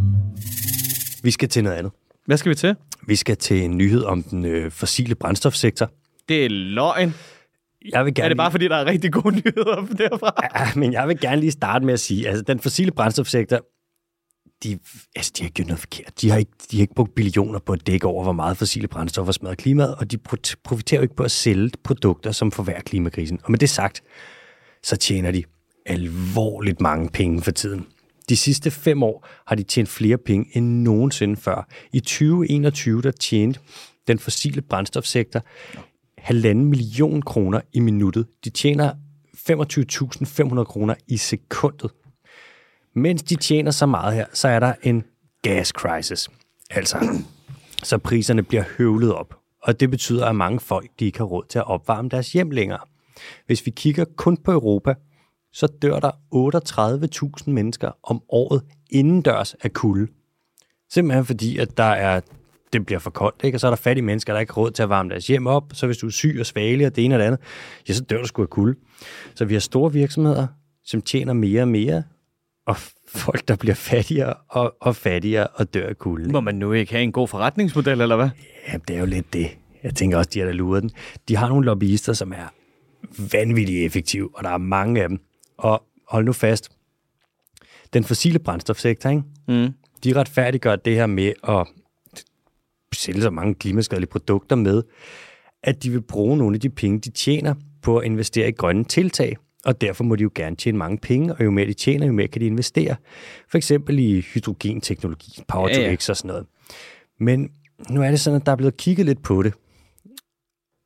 Speaker 1: Vi skal til noget andet.
Speaker 2: Hvad skal vi til?
Speaker 1: Vi skal til en nyhed om den øh, fossile brændstofsektor.
Speaker 2: Det er løgn.
Speaker 1: Jeg vil gerne
Speaker 2: Er det bare
Speaker 1: lige,
Speaker 2: fordi, der er rigtig gode nyheder derfra?
Speaker 1: ja, men jeg vil gerne lige starte med at sige, altså den fossile brændstofsektor, de, altså, de har ikke gjort noget forkert. De har ikke, de har ikke brugt billioner på at dække over, hvor meget fossile brændstoffer smadrer klimaet, og de pro- profiterer jo ikke på at sælge produkter, som forværrer klimakrisen. Og med det sagt, så tjener de alvorligt mange penge for tiden. De sidste fem år har de tjent flere penge end nogensinde før. I 2021 der tjente den fossile brændstofsektor halvanden million kroner i minuttet. De tjener 25.500 kroner i sekundet. Mens de tjener så meget her, så er der en gas crisis. Altså, så priserne bliver høvlet op. Og det betyder, at mange folk de ikke har råd til at opvarme deres hjem længere. Hvis vi kigger kun på Europa, så dør der 38.000 mennesker om året indendørs af kulde. Simpelthen fordi, at der er, det bliver for koldt, ikke? og så er der fattige mennesker, der ikke har råd til at varme deres hjem op. Så hvis du er syg og svagelig og det ene og det andet, ja, så dør du sgu af kulde. Så vi har store virksomheder, som tjener mere og mere, og folk, der bliver fattigere og, og fattigere og dør af kulde.
Speaker 2: Må man nu ikke have en god forretningsmodel, eller hvad?
Speaker 1: Ja, det er jo lidt det. Jeg tænker også, de har da luret den. De har nogle lobbyister, som er vanvittigt effektive, og der er mange af dem. Og hold nu fast. Den fossile brændstofsektor, ikke?
Speaker 2: Mm.
Speaker 1: de retfærdiggør det her med at sælge så mange klimaskadelige produkter med, at de vil bruge nogle af de penge, de tjener på at investere i grønne tiltag, og derfor må de jo gerne tjene mange penge, og jo mere de tjener, jo mere kan de investere. For eksempel i hydrogenteknologi, power to
Speaker 2: Ja, ja.
Speaker 1: x og sådan noget. Men nu er det sådan, at der er blevet kigget lidt på det,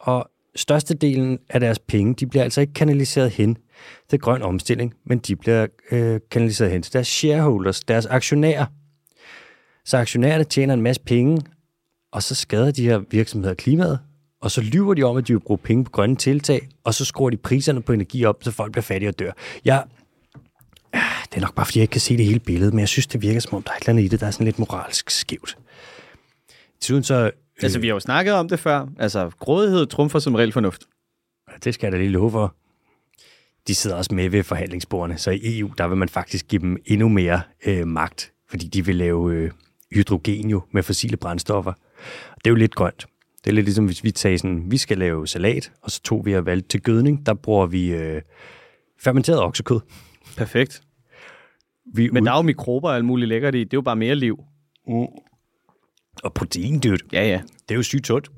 Speaker 1: og størstedelen af deres penge, de bliver altså ikke kanaliseret hen til grøn omstilling, men de bliver øh, kanaliseret hen til deres shareholders, deres aktionærer. Så aktionærerne tjener en masse penge, og så skader de her virksomheder klimaet, og så lyver de om, at de vil bruge penge på grønne tiltag, og så skruer de priserne på energi op, så folk bliver fattige og dør. Jeg, Ah, det er nok bare, fordi jeg ikke kan se det hele billede, men jeg synes, det virker, som om der er et eller andet i det, der er sådan lidt moralsk skævt. Desuden så... Øh,
Speaker 2: Altså, vi har jo snakket om det før. Altså, grådighed trumfer som regel fornuft.
Speaker 1: det skal jeg da lige love for. De sidder også med ved forhandlingsbordene, så i EU, der vil man faktisk give dem endnu mere øh, magt, fordi de vil lave øh, hydrogen jo med fossile brændstoffer. Det er jo lidt grønt. Det er lidt ligesom, hvis vi tager sådan, vi skal lave salat, og så tog vi har valgt til gødning, der bruger vi øh, fermenteret oksekød.
Speaker 2: Perfekt.
Speaker 1: Vi er
Speaker 2: Men
Speaker 1: ude-
Speaker 2: der er jo mikrober og alt muligt lækkert i. Det er jo bare mere liv.
Speaker 1: Og protein, dude.
Speaker 2: Ja, ja.
Speaker 1: Det er jo sygt sundt.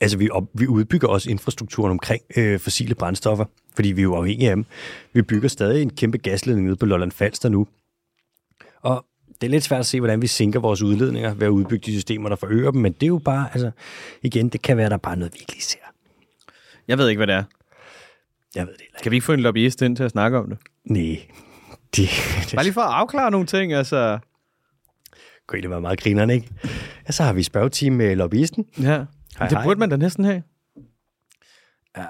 Speaker 1: Altså, vi, op, vi udbygger også infrastrukturen omkring øh, fossile brændstoffer, fordi vi er jo afhængige af dem. Vi bygger stadig en kæmpe gasledning nede på Lolland Falster nu. Og det er lidt svært at se, hvordan vi sænker vores udledninger ved at udbygge de systemer, der forøger dem, men det er jo bare, altså, igen, det kan være, der er bare noget, vi ikke lige ser.
Speaker 2: Jeg ved ikke, hvad det er.
Speaker 1: Jeg ved det heller
Speaker 2: Kan vi ikke få en lobbyist ind til at snakke om det?
Speaker 1: ikke. Nej. Det,
Speaker 2: Bare
Speaker 1: det
Speaker 2: lige for at afklare nogle ting, altså.
Speaker 1: kunne egentlig være meget grineren, ikke? Ja, så har vi spørgeteam med lobbyisten.
Speaker 2: Ja. Hej, det
Speaker 1: hej.
Speaker 2: burde man da næsten have.
Speaker 1: Ja.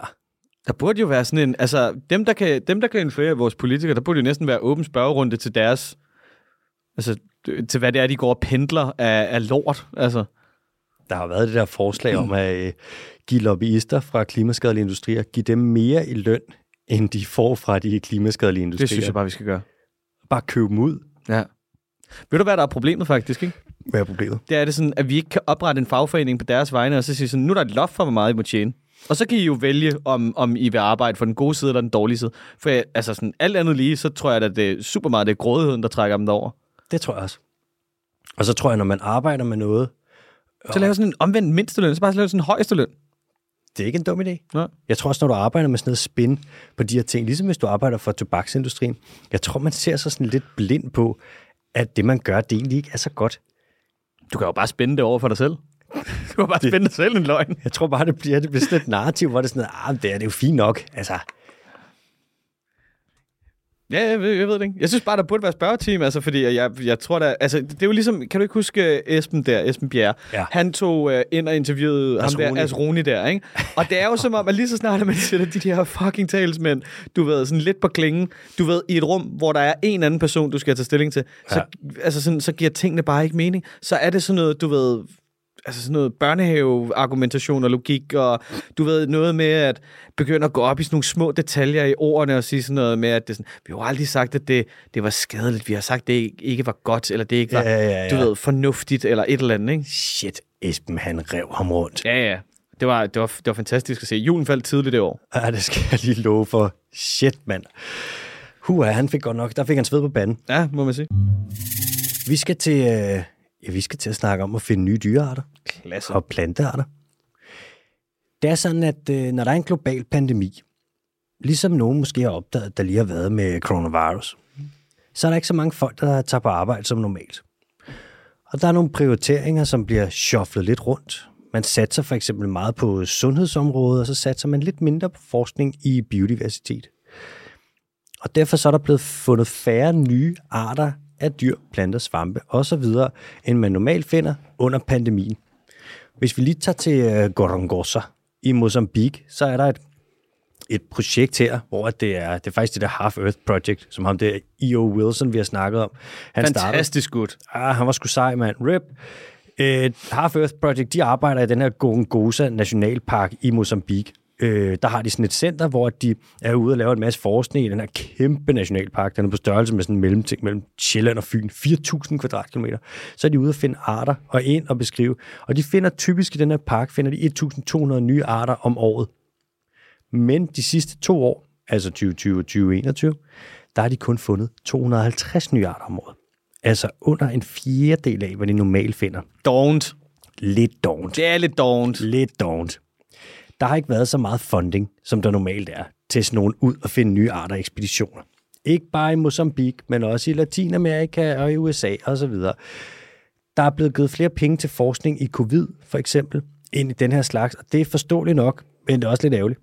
Speaker 2: Der burde jo være sådan en... Altså, dem der kan, dem, der kan influere vores politikere, der burde jo næsten være åben spørgerunde til deres... Altså, øh, til hvad det er, de går og pendler af, af lort. Altså,
Speaker 1: der har været det der forslag om at øh, give lobbyister fra klimaskadelige industrier, give dem mere i løn, end de får fra de klimaskadelige industrier.
Speaker 2: Det synes jeg bare, vi skal gøre.
Speaker 1: Bare købe dem ud.
Speaker 2: Ja. Ved du, hvad der er problemet faktisk, ikke?
Speaker 1: Hvad er problemet?
Speaker 2: Det er det sådan, at vi ikke kan oprette en fagforening på deres vegne, og så sige sådan, nu er der et loft for, hvor meget I må tjene. Og så kan I jo vælge, om, om I vil arbejde for den gode side eller den dårlige side. For jeg, altså sådan, alt andet lige, så tror jeg, at det er super meget, det er grådigheden, der trækker dem derover.
Speaker 1: Det tror jeg også. Og så tror jeg, når man arbejder med noget,
Speaker 2: Så laver sådan en omvendt mindsteløn, så bare lave sådan en højsteløn.
Speaker 1: det er ikke en dum idé.
Speaker 2: Ja.
Speaker 1: Jeg tror også, når du arbejder med sådan noget spin på de her ting, ligesom hvis du arbejder for tobaksindustrien, jeg tror, man ser sig sådan lidt blind på, at det, man gør, det egentlig ikke er så godt.
Speaker 2: Du kan jo bare spænde det over for dig selv. Du kan bare spænde dig selv en løgn.
Speaker 1: Jeg tror bare, det bliver, det bliver sådan et narrativ, hvor det er sådan, ah, det er, det er jo fint nok. Altså,
Speaker 2: Ja, jeg ved, jeg ved det ikke. Jeg synes bare, der burde være spørgeteam, altså, fordi jeg, jeg tror da... Altså, det er jo ligesom... Kan du ikke huske øh, Esben der, Esben Bjerre?
Speaker 1: Ja.
Speaker 2: Han tog øh, ind og interviewede ham
Speaker 1: Asroni.
Speaker 2: der, Asroni der, ikke? Og det er jo som om, at lige så snart, at man sætter de der fucking talsmænd, du ved, sådan lidt på klingen, du ved, i et rum, hvor der er en anden person, du skal tage stilling til, ja. så, altså, sådan, så giver tingene bare ikke mening. Så er det sådan noget, du ved, altså sådan noget børnehave-argumentation og logik, og du ved, noget med at begynde at gå op i sådan nogle små detaljer i ordene og sige sådan noget med, at det er sådan, vi har jo aldrig sagt, at det, det var skadeligt, vi har sagt, at det ikke- ikke var godt, eller det ikke var,
Speaker 1: Ja, ja, ja.
Speaker 2: du ved, fornuftigt, eller et eller andet, ikke?
Speaker 1: shit, Esben, han rev ham rundt.
Speaker 2: Ja, ja. Det var, det var, det var fantastisk at se. Julen faldt tidligt det år.
Speaker 1: Ja, det skal jeg lige love for. Shit, mand. Hua, han fik godt nok, der fik han sved på banden.
Speaker 2: Ja, må man sige.
Speaker 1: Vi skal til, øh, ja, vi skal til at snakke om at finde nye dyrearter.
Speaker 2: Klasse.
Speaker 1: og plantearter. Det er sådan, at øh, når der er en global pandemi, ligesom nogen måske har opdaget, der lige har været med coronavirus, så er der ikke så mange folk, der tager på arbejde som normalt. Og der er nogle prioriteringer, som bliver shufflet lidt rundt. Man satser for eksempel meget på sundhedsområdet, og så satser man lidt mindre på forskning i biodiversitet. Og derfor så er der blevet fundet færre nye arter af dyr, planter, svampe osv., end man normalt finder under pandemien. Hvis vi lige tager til øh, Gorongosa i Mozambique, så er der et, et projekt her, hvor at det er, det er faktisk det der Half Earth Project, som ham der E.O. Wilson, vi har snakket om. Han startede.
Speaker 2: Fantastisk godt.
Speaker 1: Ah, han var sgu sej, mand. Rip. Øh, Half Earth Project, de arbejder i den her Gorongosa Nationalpark i Mozambique. Øh, der har de sådan et center, hvor de er ude og lave en masse forskning i den her kæmpe nationalpark. Den er på størrelse med sådan en mellemting mellem Sjælland og Fyn. 4.000 kvadratkilometer. Så er de ude og finde arter og ind og beskrive. Og de finder typisk i den her park, finder de 1.200 nye arter om året. Men de sidste to år, altså 2020 og 2021, der har de kun fundet 250 nye arter om året. Altså under en fjerdedel af, hvad de normalt finder.
Speaker 2: Dovent.
Speaker 1: Lidt dovent.
Speaker 2: Det er lidt dovent.
Speaker 1: Lidt dovent. Der har ikke været så meget funding, som der normalt er, til sådan nogen ud og finde nye arter og ekspeditioner. Ikke bare i Mozambique, men også i Latinamerika og i USA osv. Der er blevet givet flere penge til forskning i covid, for eksempel, end i den her slags, og det er forståeligt nok, men det er også lidt ærgerligt.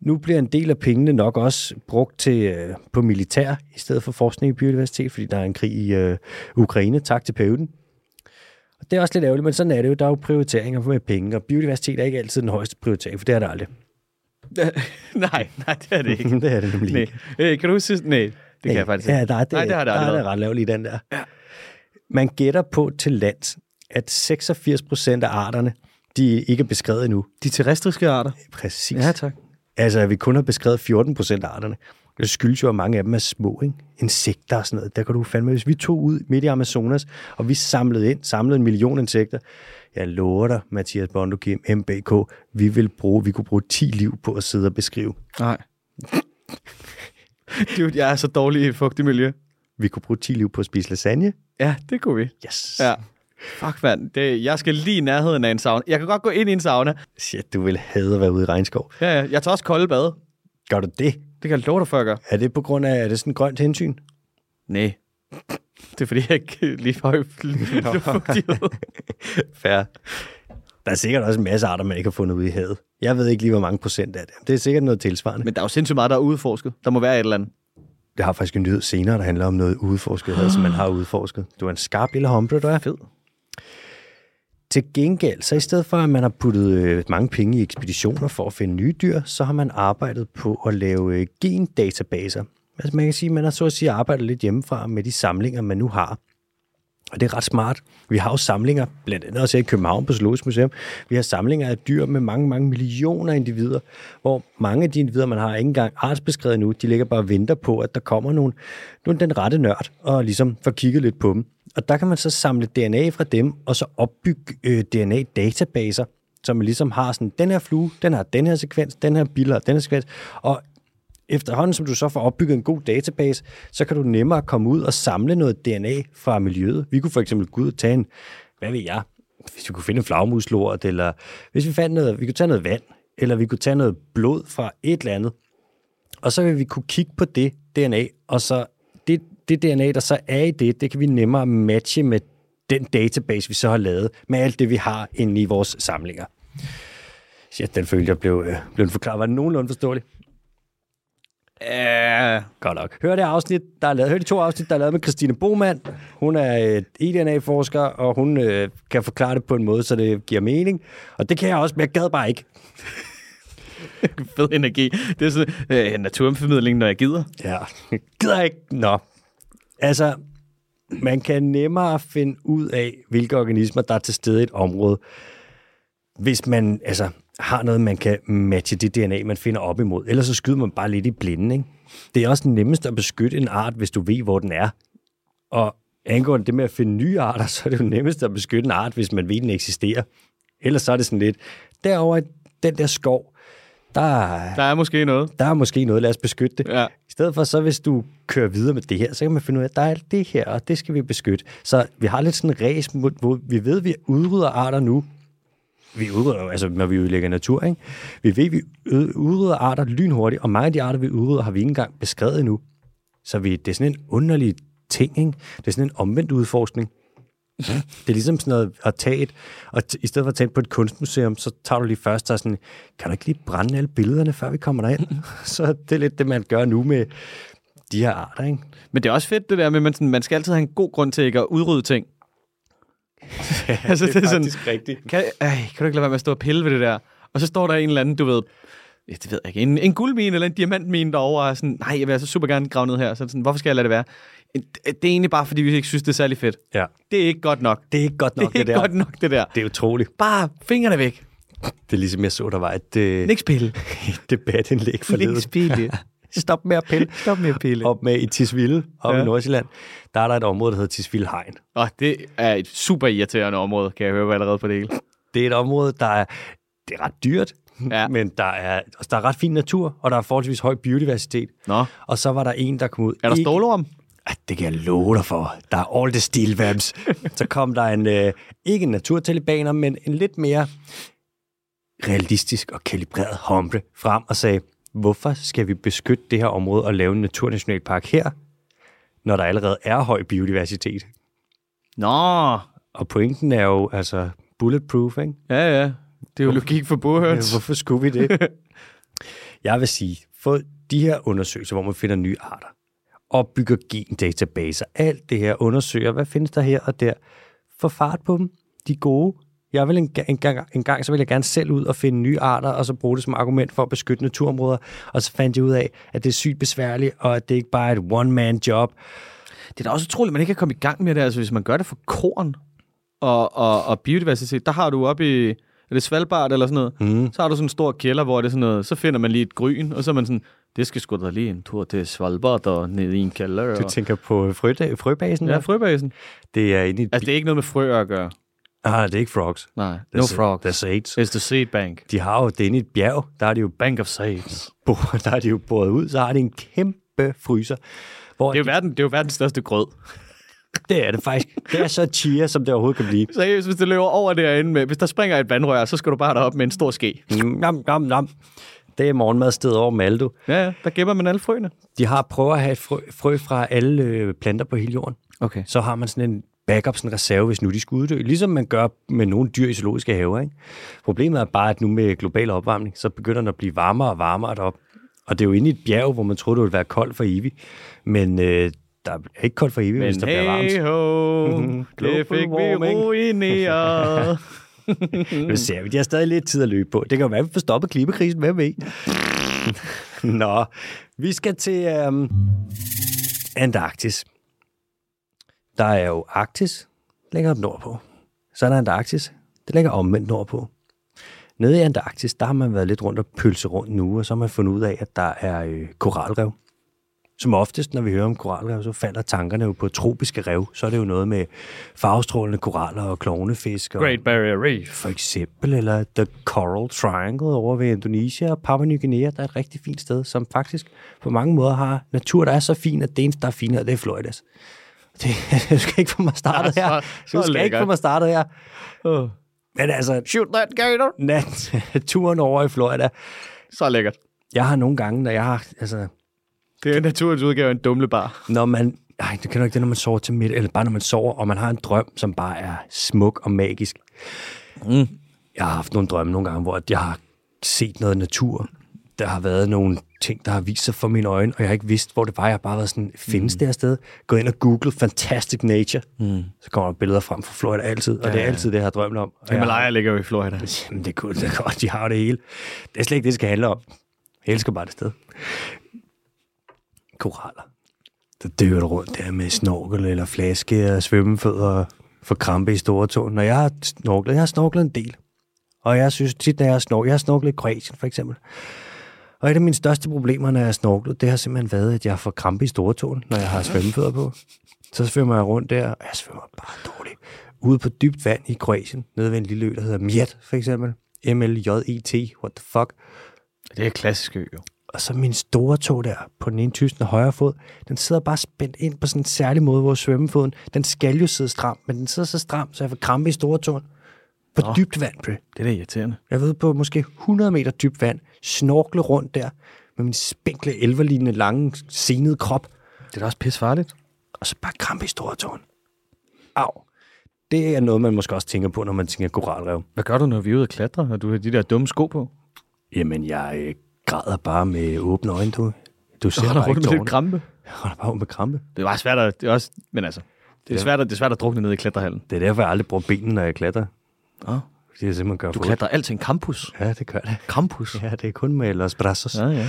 Speaker 1: Nu bliver en del af pengene nok også brugt til øh, på militær, i stedet for forskning i biodiversitet, fordi der er en krig i øh, Ukraine, tak til perioden. Og det er også lidt ærgerligt, men sådan er det jo. Der er jo prioriteringer med penge, og biodiversitet er ikke altid den højeste prioritering, for det er der aldrig.
Speaker 2: nej, nej, det er det ikke.
Speaker 1: det er det nemlig
Speaker 2: Nej. Øh, kan du huske sidst? Nej, det kan jeg faktisk ikke.
Speaker 1: Ja, der er det,
Speaker 2: Nej, det har det
Speaker 1: der
Speaker 2: aldrig
Speaker 1: er det
Speaker 2: været.
Speaker 1: ret lavt i den der. Ja. Man gætter på til lands, at 86 procent af arterne, de ikke er beskrevet endnu.
Speaker 2: De terrestriske arter.
Speaker 1: Præcis.
Speaker 2: Ja, tak.
Speaker 1: Altså, at vi kun har beskrevet 14 procent af arterne. Det skyldes jo, at mange af dem er små, ikke? Insekter og sådan noget. Der kan du fandme, hvis vi tog ud midt i Amazonas, og vi samlede ind, samlede en million insekter. Jeg lover dig, Mathias Bondo Kim, MBK, vi, vil bruge, vi kunne bruge 10 liv på at sidde og beskrive.
Speaker 2: Nej. Dude, jeg er så dårlig i et fugtigt miljø.
Speaker 1: Vi kunne bruge 10 liv på at spise lasagne.
Speaker 2: Ja, det kunne vi.
Speaker 1: Yes.
Speaker 2: Ja. Fuck, mand. Det, jeg skal lige i nærheden af en sauna. Jeg kan godt gå ind i en sauna.
Speaker 1: Shit, du vil hade at være ude i regnskov.
Speaker 2: Ja, ja. Jeg tager også kolde bade.
Speaker 1: Gør du det?
Speaker 2: Det kan jeg love dig for, jeg gør.
Speaker 1: Er det på grund af, er det sådan et grønt hensyn?
Speaker 2: Nej. Det er fordi, jeg ikke lige får høj luftfugtighed.
Speaker 1: Fair. Der er sikkert også en masse arter, man ikke har fundet ud i havet. Jeg ved ikke lige, hvor mange procent af det. Det er sikkert noget tilsvarende.
Speaker 2: Men der er jo sindssygt meget, der er udforsket. Der må være et eller andet.
Speaker 1: Jeg har faktisk en nyhed senere, der handler om noget udforsket, altså man har udforsket. Du er en skarp lille humble, du er. Fed. Til gengæld, så i stedet for, at man har puttet øh, mange penge i ekspeditioner for at finde nye dyr, så har man arbejdet på at lave øh, gendatabaser. Altså man kan sige, at man har så at sige arbejdet lidt hjemmefra med de samlinger, man nu har. Og det er ret smart. Vi har jo samlinger, blandt andet også her i København på Zoologisk Museum. Vi har samlinger af dyr med mange, mange millioner individer, hvor mange af de individer, man har ikke engang artsbeskrevet nu, de ligger bare og venter på, at der kommer nogen, nogen den rette nørd og ligesom får kigget lidt på dem. Og der kan man så samle DNA fra dem, og så opbygge øh, DNA-databaser, som ligesom har sådan, den her flue, den har den her sekvens, den her biller, og den her sekvens, og efterhånden, som du så får opbygget en god database, så kan du nemmere komme ud og samle noget DNA fra miljøet. Vi kunne for eksempel gå ud og tage en, hvad ved jeg, hvis vi kunne finde en flagmuslort, eller hvis vi fandt noget, vi kunne tage noget vand, eller vi kunne tage noget blod fra et eller andet, og så vil vi kunne kigge på det DNA, og så det, det DNA, der så er i det, det kan vi nemmere matche med den database, vi så har lavet, med alt det, vi har inde i vores samlinger. Shit, den følte jeg blev, øh, blev forklaret. Var det nogenlunde forståelig?
Speaker 2: Ja,
Speaker 1: Godt nok. Hør det afsnit, der er lavet, hør de to afsnit, der er lavet med Christine Boman. Hun er øh, E EDNA-forsker, og hun øh, kan forklare det på en måde, så det giver mening. Og det kan jeg også, men jeg gad bare ikke.
Speaker 2: fed energi. Det er sådan øh, naturformidling, når jeg gider.
Speaker 1: Ja, jeg gider ikke. Nå. Altså, man kan nemmere finde ud af, hvilke organismer, der er til stede i et område, hvis man altså, har noget, man kan matche det DNA, man finder op imod. Ellers så skyder man bare lidt i blinden. Ikke? Det er også nemmest at beskytte en art, hvis du ved, hvor den er. Og angående det med at finde nye arter, så er det jo nemmest at beskytte en art, hvis man ved, den eksisterer. Ellers så er det sådan lidt, derovre i den der skov, der,
Speaker 2: Der er måske noget.
Speaker 1: der er måske noget, lad os beskytte det.
Speaker 2: Ja.
Speaker 1: I stedet for så, hvis du kører videre med det her, så kan man finde ud af, at der er alt det her, og det skal vi beskytte. Så vi har lidt sådan en ræs, hvor vi ved, at vi udrydder arter nu. Vi udrydder jo, altså når vi udlægger natur, ikke? Vi ved, at vi ø- udrydder arter lynhurtigt, og mange af de arter, vi udrydder, har vi ikke engang beskrevet endnu. Så vi, det er sådan en underlig ting, ikke? Det er sådan en omvendt udforskning. Det er ligesom sådan noget at tage et, og t- i stedet for at tage ind på et kunstmuseum, så tager du lige først og sådan, kan du ikke lige brænde alle billederne, før vi kommer derind? så det er lidt det, man gør nu med de her arter, ikke?
Speaker 2: Men det er også fedt det der med, at man, sådan, man skal altid have en god grund til ikke at udrydde ting. altså, det er, sådan,
Speaker 1: rigtigt.
Speaker 2: kan, øh, kan du ikke lade være med at stå og pille ved det der? Og så står der en eller anden, du ved, ja, det ved jeg ikke, en, en guldmine eller en diamantmine derovre, og er sådan, nej, jeg vil altså super gerne grave ned her. Så er det sådan, hvorfor skal jeg lade det være? Det det er egentlig bare, fordi vi ikke synes, det er særlig fedt.
Speaker 1: Ja,
Speaker 2: Det er ikke godt nok.
Speaker 1: det er ikke godt nok,
Speaker 2: Det er
Speaker 1: det,
Speaker 2: ikke
Speaker 1: der.
Speaker 2: godt nok, det der.
Speaker 1: Det er utroligt.
Speaker 2: Bare fingrene væk.
Speaker 1: Det er ligesom, jeg så, der var et, øh,
Speaker 2: Ikke spille.
Speaker 1: et debatindlæg
Speaker 2: Ikke
Speaker 1: forleden.
Speaker 2: spille.
Speaker 1: Stop med at pille.
Speaker 2: Stop med at pille.
Speaker 1: Op med i Tisvilde, op ja.
Speaker 2: Ja.
Speaker 1: i Nordsjælland, der er der et område, der hedder Tisvilde Hegn.
Speaker 2: Og det er et super irriterende område, kan jeg høre allerede på det hele.
Speaker 1: Det er et område, der er, det er ret dyrt, ja.
Speaker 2: Ja.
Speaker 1: men der er, altså, der er ret fin natur, og der er forholdsvis høj biodiversitet.
Speaker 2: Nå.
Speaker 1: Og så var der en, der kom ud.
Speaker 2: Er der stålorm?
Speaker 1: Ej, Det kan jeg love dig for. Der er all the steel vamps. så kom der en, øh, ikke en naturtalibaner, men en lidt mere realistisk og kalibreret hombre frem og sagde, hvorfor skal vi beskytte det her område og lave en naturnationalpark her, når der allerede er høj biodiversitet?
Speaker 2: Nå.
Speaker 1: Og pointen er jo altså bulletproof, ikke?
Speaker 2: Ja, ja. Det er jo logik for burhøns.
Speaker 1: Ja, Hvorfor skulle vi det? Jeg vil sige, få de her undersøgelser, hvor man finder nye arter, opbygger gendatabaser, alt det her, undersøger, hvad findes der her og der, få fart på dem, de er gode. Jeg vil en, ga- en, gang, en gang, så vil jeg gerne selv ud og finde nye arter, og så bruge det som argument for at beskytte naturområder, og så fandt jeg ud af, at det er sygt besværligt, og at det ikke bare er et one-man-job.
Speaker 2: Det er da også utroligt, at man ikke kan komme i gang med det. Altså, hvis man gør det for korn og, og, og biodiversitet, der har du oppe i er det Svalbard eller sådan noget, mm. så har du sådan en stor kælder, hvor det er sådan noget, så finder man lige et gryn, og så er man sådan, det skal sgu da lige en tur til Svalbard og ned i en kælder.
Speaker 1: Du
Speaker 2: og,
Speaker 1: tænker på frø, frøbasen?
Speaker 2: ja,
Speaker 1: Ja.
Speaker 2: frøbasen.
Speaker 1: Det er inde i...
Speaker 2: Altså, det er ikke noget med frøer at gøre.
Speaker 1: Ah, det er ikke frogs.
Speaker 2: Nej,
Speaker 1: There's
Speaker 2: no
Speaker 1: a-
Speaker 2: frog.
Speaker 1: There's AIDS.
Speaker 2: It's the seed bank.
Speaker 1: De har jo det inde i et bjerg, der er det jo
Speaker 2: Bank of seeds.
Speaker 1: borer, der er de jo boret ud, så har de en kæmpe fryser. Hvor
Speaker 2: Det er
Speaker 1: det,
Speaker 2: jo, verden, det er jo verdens største grød.
Speaker 1: det er det faktisk. Det er så chia, som det overhovedet kan blive.
Speaker 2: Seriøst, hvis det løber over derinde med, hvis der springer et vandrør, så skal du bare derop med en stor ske.
Speaker 1: Nam, nam, nam. Det er morgenmadstedet over Maldo.
Speaker 2: Ja, ja, der gemmer man alle frøene.
Speaker 1: De har prøvet at have et frø, frø fra alle øh, planter på hele jorden.
Speaker 2: Okay.
Speaker 1: Så har man sådan en backup, sådan en reserve, hvis nu de skulle uddø. Ligesom man gør med nogle dyr i zoologiske haver. Ikke? Problemet er bare, at nu med global opvarmning, så begynder den at blive varmere og varmere deroppe. Og det er jo inde i et bjerg, hvor man troede, det ville være koldt for evigt. Men øh, der er ikke koldt for evigt, hvis
Speaker 2: Men
Speaker 1: der bliver varmt.
Speaker 2: hey ho,
Speaker 1: Global
Speaker 2: det fik vi
Speaker 1: warming.
Speaker 2: ruineret.
Speaker 1: Nu ser vi, de har stadig lidt tid at løbe på. Det kan jo være, at vi får stoppet klippekrisen, hvem ved? Nå, vi skal til øhm, Antarktis. Der er jo Arktis, ligger op nordpå. Så er der Antarktis. Det ligger omvendt nordpå. Nede i Antarktis, der har man været lidt rundt og pølse rundt nu, og så har man fundet ud af, at der er øh, koralrev. Som oftest, når vi hører om koralrev, så falder tankerne jo på tropiske rev. Så er det jo noget med farvestrålende koraller og klovnefisk. Og
Speaker 2: Great Barrier Reef.
Speaker 1: for eksempel, eller The Coral Triangle over ved Indonesia og Papua Ny Guinea, der er et rigtig fint sted, som faktisk på mange måder har natur, der er så fin, at det eneste, der er finere, det er Floridas. Det, du skal ikke få mig startet
Speaker 2: Ja, så-
Speaker 1: her.
Speaker 2: så
Speaker 1: Du skal ikke
Speaker 2: lækkert.
Speaker 1: få mig startet her.
Speaker 2: Oh.
Speaker 1: Men altså,
Speaker 2: Shoot that gator.
Speaker 1: naturen over i Florida.
Speaker 2: Så lækkert.
Speaker 1: Jeg har nogle gange, når jeg har, altså,
Speaker 2: Det er naturens udgave af en dumle bar.
Speaker 1: når man, nej, du kender ikke det, når man sover til midt, eller bare når man sover, og man har en drøm, som bare er smuk og magisk.
Speaker 2: Mm.
Speaker 1: Jeg har haft nogle drømme nogle gange, hvor jeg har set noget natur. Der har været nogle ting, der har vist sig for mine øjne, og jeg har ikke vidst, hvor det var. Jeg har bare været sådan, findes mm. det her sted? Gået ind og googlet Fantastic Nature. Mm. Så kommer der billeder frem fra Florida altid, og ja, det er altid det, jeg har drømt om. Og jeg-
Speaker 2: Himalaya ligger jo i Florida.
Speaker 1: Jamen, det kunne det godt. De har jo det hele. Det er slet ikke det, det skal handle om. Jeg elsker bare det sted. Koraller. Der dør du rundt der med snorkel eller flaske og svømmefødder og får krampe i store tåen. Når jeg har snorklet, jeg har snorklet en del. Og jeg synes tit, når jeg har snorklet, jeg har snorklet i Kroatien for eksempel. Og et af mine største problemer, når jeg har snorklet, det har simpelthen været, at jeg får krampe i store tåen, når jeg har svømmefødder på. Så svømmer jeg rundt der, og jeg svømmer bare dårligt. Ude på dybt vand i Kroatien, nede ved en lille ø, der hedder Mjet, for eksempel. M-L-J-E-T, E what the fuck.
Speaker 2: Det er klassisk ø, jo.
Speaker 1: Og så min store tå der, på den ene tysende højre fod, den sidder bare spændt ind på sådan en særlig måde, hvor svømmefoden, den skal jo sidde stram, men den sidder så stram, så jeg får krampe i store tåen. På Nå. dybt vand, bro.
Speaker 2: Det er da irriterende.
Speaker 1: Jeg ved på måske 100 meter dybt vand, snorkle rundt der, med min spinkle, elverlignende, lange, senede krop,
Speaker 2: Det er da også pissefarligt.
Speaker 1: og så bare krampe i store tåen. Au. Det er noget, man måske også tænker på, når man tænker koralrev.
Speaker 2: Hvad gør du, når vi er ude og klatre, og du har de der dumme sko på?
Speaker 1: Jamen, jeg øh, græder bare med åbne øjne, du. Du ser
Speaker 2: Du
Speaker 1: bare
Speaker 2: render
Speaker 1: ikke
Speaker 2: rundt med lidt
Speaker 1: tårerne.
Speaker 2: krampe.
Speaker 1: Jeg render bare rundt med krampe.
Speaker 2: Det er bare svært at... Det er også, men altså, det er, svært at, det er svært at drukne ned i klatrehallen.
Speaker 1: Det er derfor, jeg aldrig bruger benene, når jeg klatrer.
Speaker 2: Oh.
Speaker 1: Fordi jeg simpelthen gør
Speaker 2: Du
Speaker 1: for ondt.
Speaker 2: klatrer altid en campus.
Speaker 1: Ja, det gør det.
Speaker 2: Campus?
Speaker 1: Ja, det er kun med Los Brazos. Ja.
Speaker 2: Ja, ja.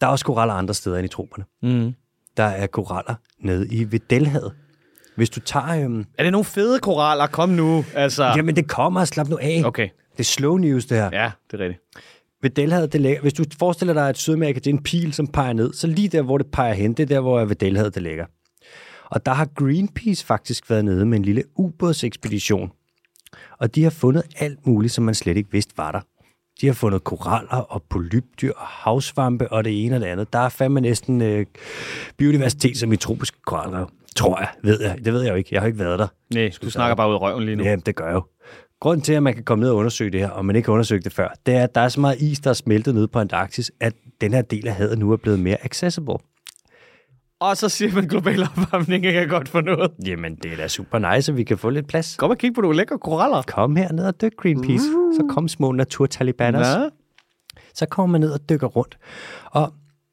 Speaker 1: Der er også koraller andre steder end i troperne.
Speaker 2: Mm.
Speaker 1: Der er koraller nede i Vedelhavet. Hvis du tager... Øhm,
Speaker 2: Er det nogle fede koraller? Kom nu. Altså,
Speaker 1: ja. Jamen, det kommer. Slap nu af.
Speaker 2: okay.
Speaker 1: Det er slow news, det her.
Speaker 2: Ja, det er rigtigt.
Speaker 1: Vedelhavet, det ligger. Hvis du forestiller dig, at Sydamerika det er en pil, som peger ned, så lige der, hvor det peger hen, det er der, hvor Vedelhavet det ligger. Og der har Greenpeace faktisk været nede med en lille ubådsekspedition. Og de har fundet alt muligt, som man slet ikke vidste var der. De har fundet koraller og polypdyr og havsvampe og det ene og det andet. Der er fandme næsten øh, biodiversitet som i tropiske koralrev. Tror jeg, ved jeg. Det ved jeg jo ikke. Jeg har ikke været der.
Speaker 2: Nej, du snakker bare ud af røven lige nu.
Speaker 1: Jamen, det gør jeg jo. Grunden til, at man kan komme ned og undersøge det her, og man ikke har undersøgt det før, det er, at der er så meget is, der er smeltet nede på Antarktis, at den her del af havet nu er blevet mere accessible.
Speaker 2: Og så siger man, at global opvarmning ikke er godt for noget.
Speaker 1: Jamen, det er da super nice, at vi kan få lidt plads.
Speaker 2: Kom og kig på nogle lækre koraller.
Speaker 1: Kom her ned og dyk, Greenpeace. Så kom små naturtalibaners.
Speaker 2: Ja.
Speaker 1: Så kommer man ned og dykker rundt. Og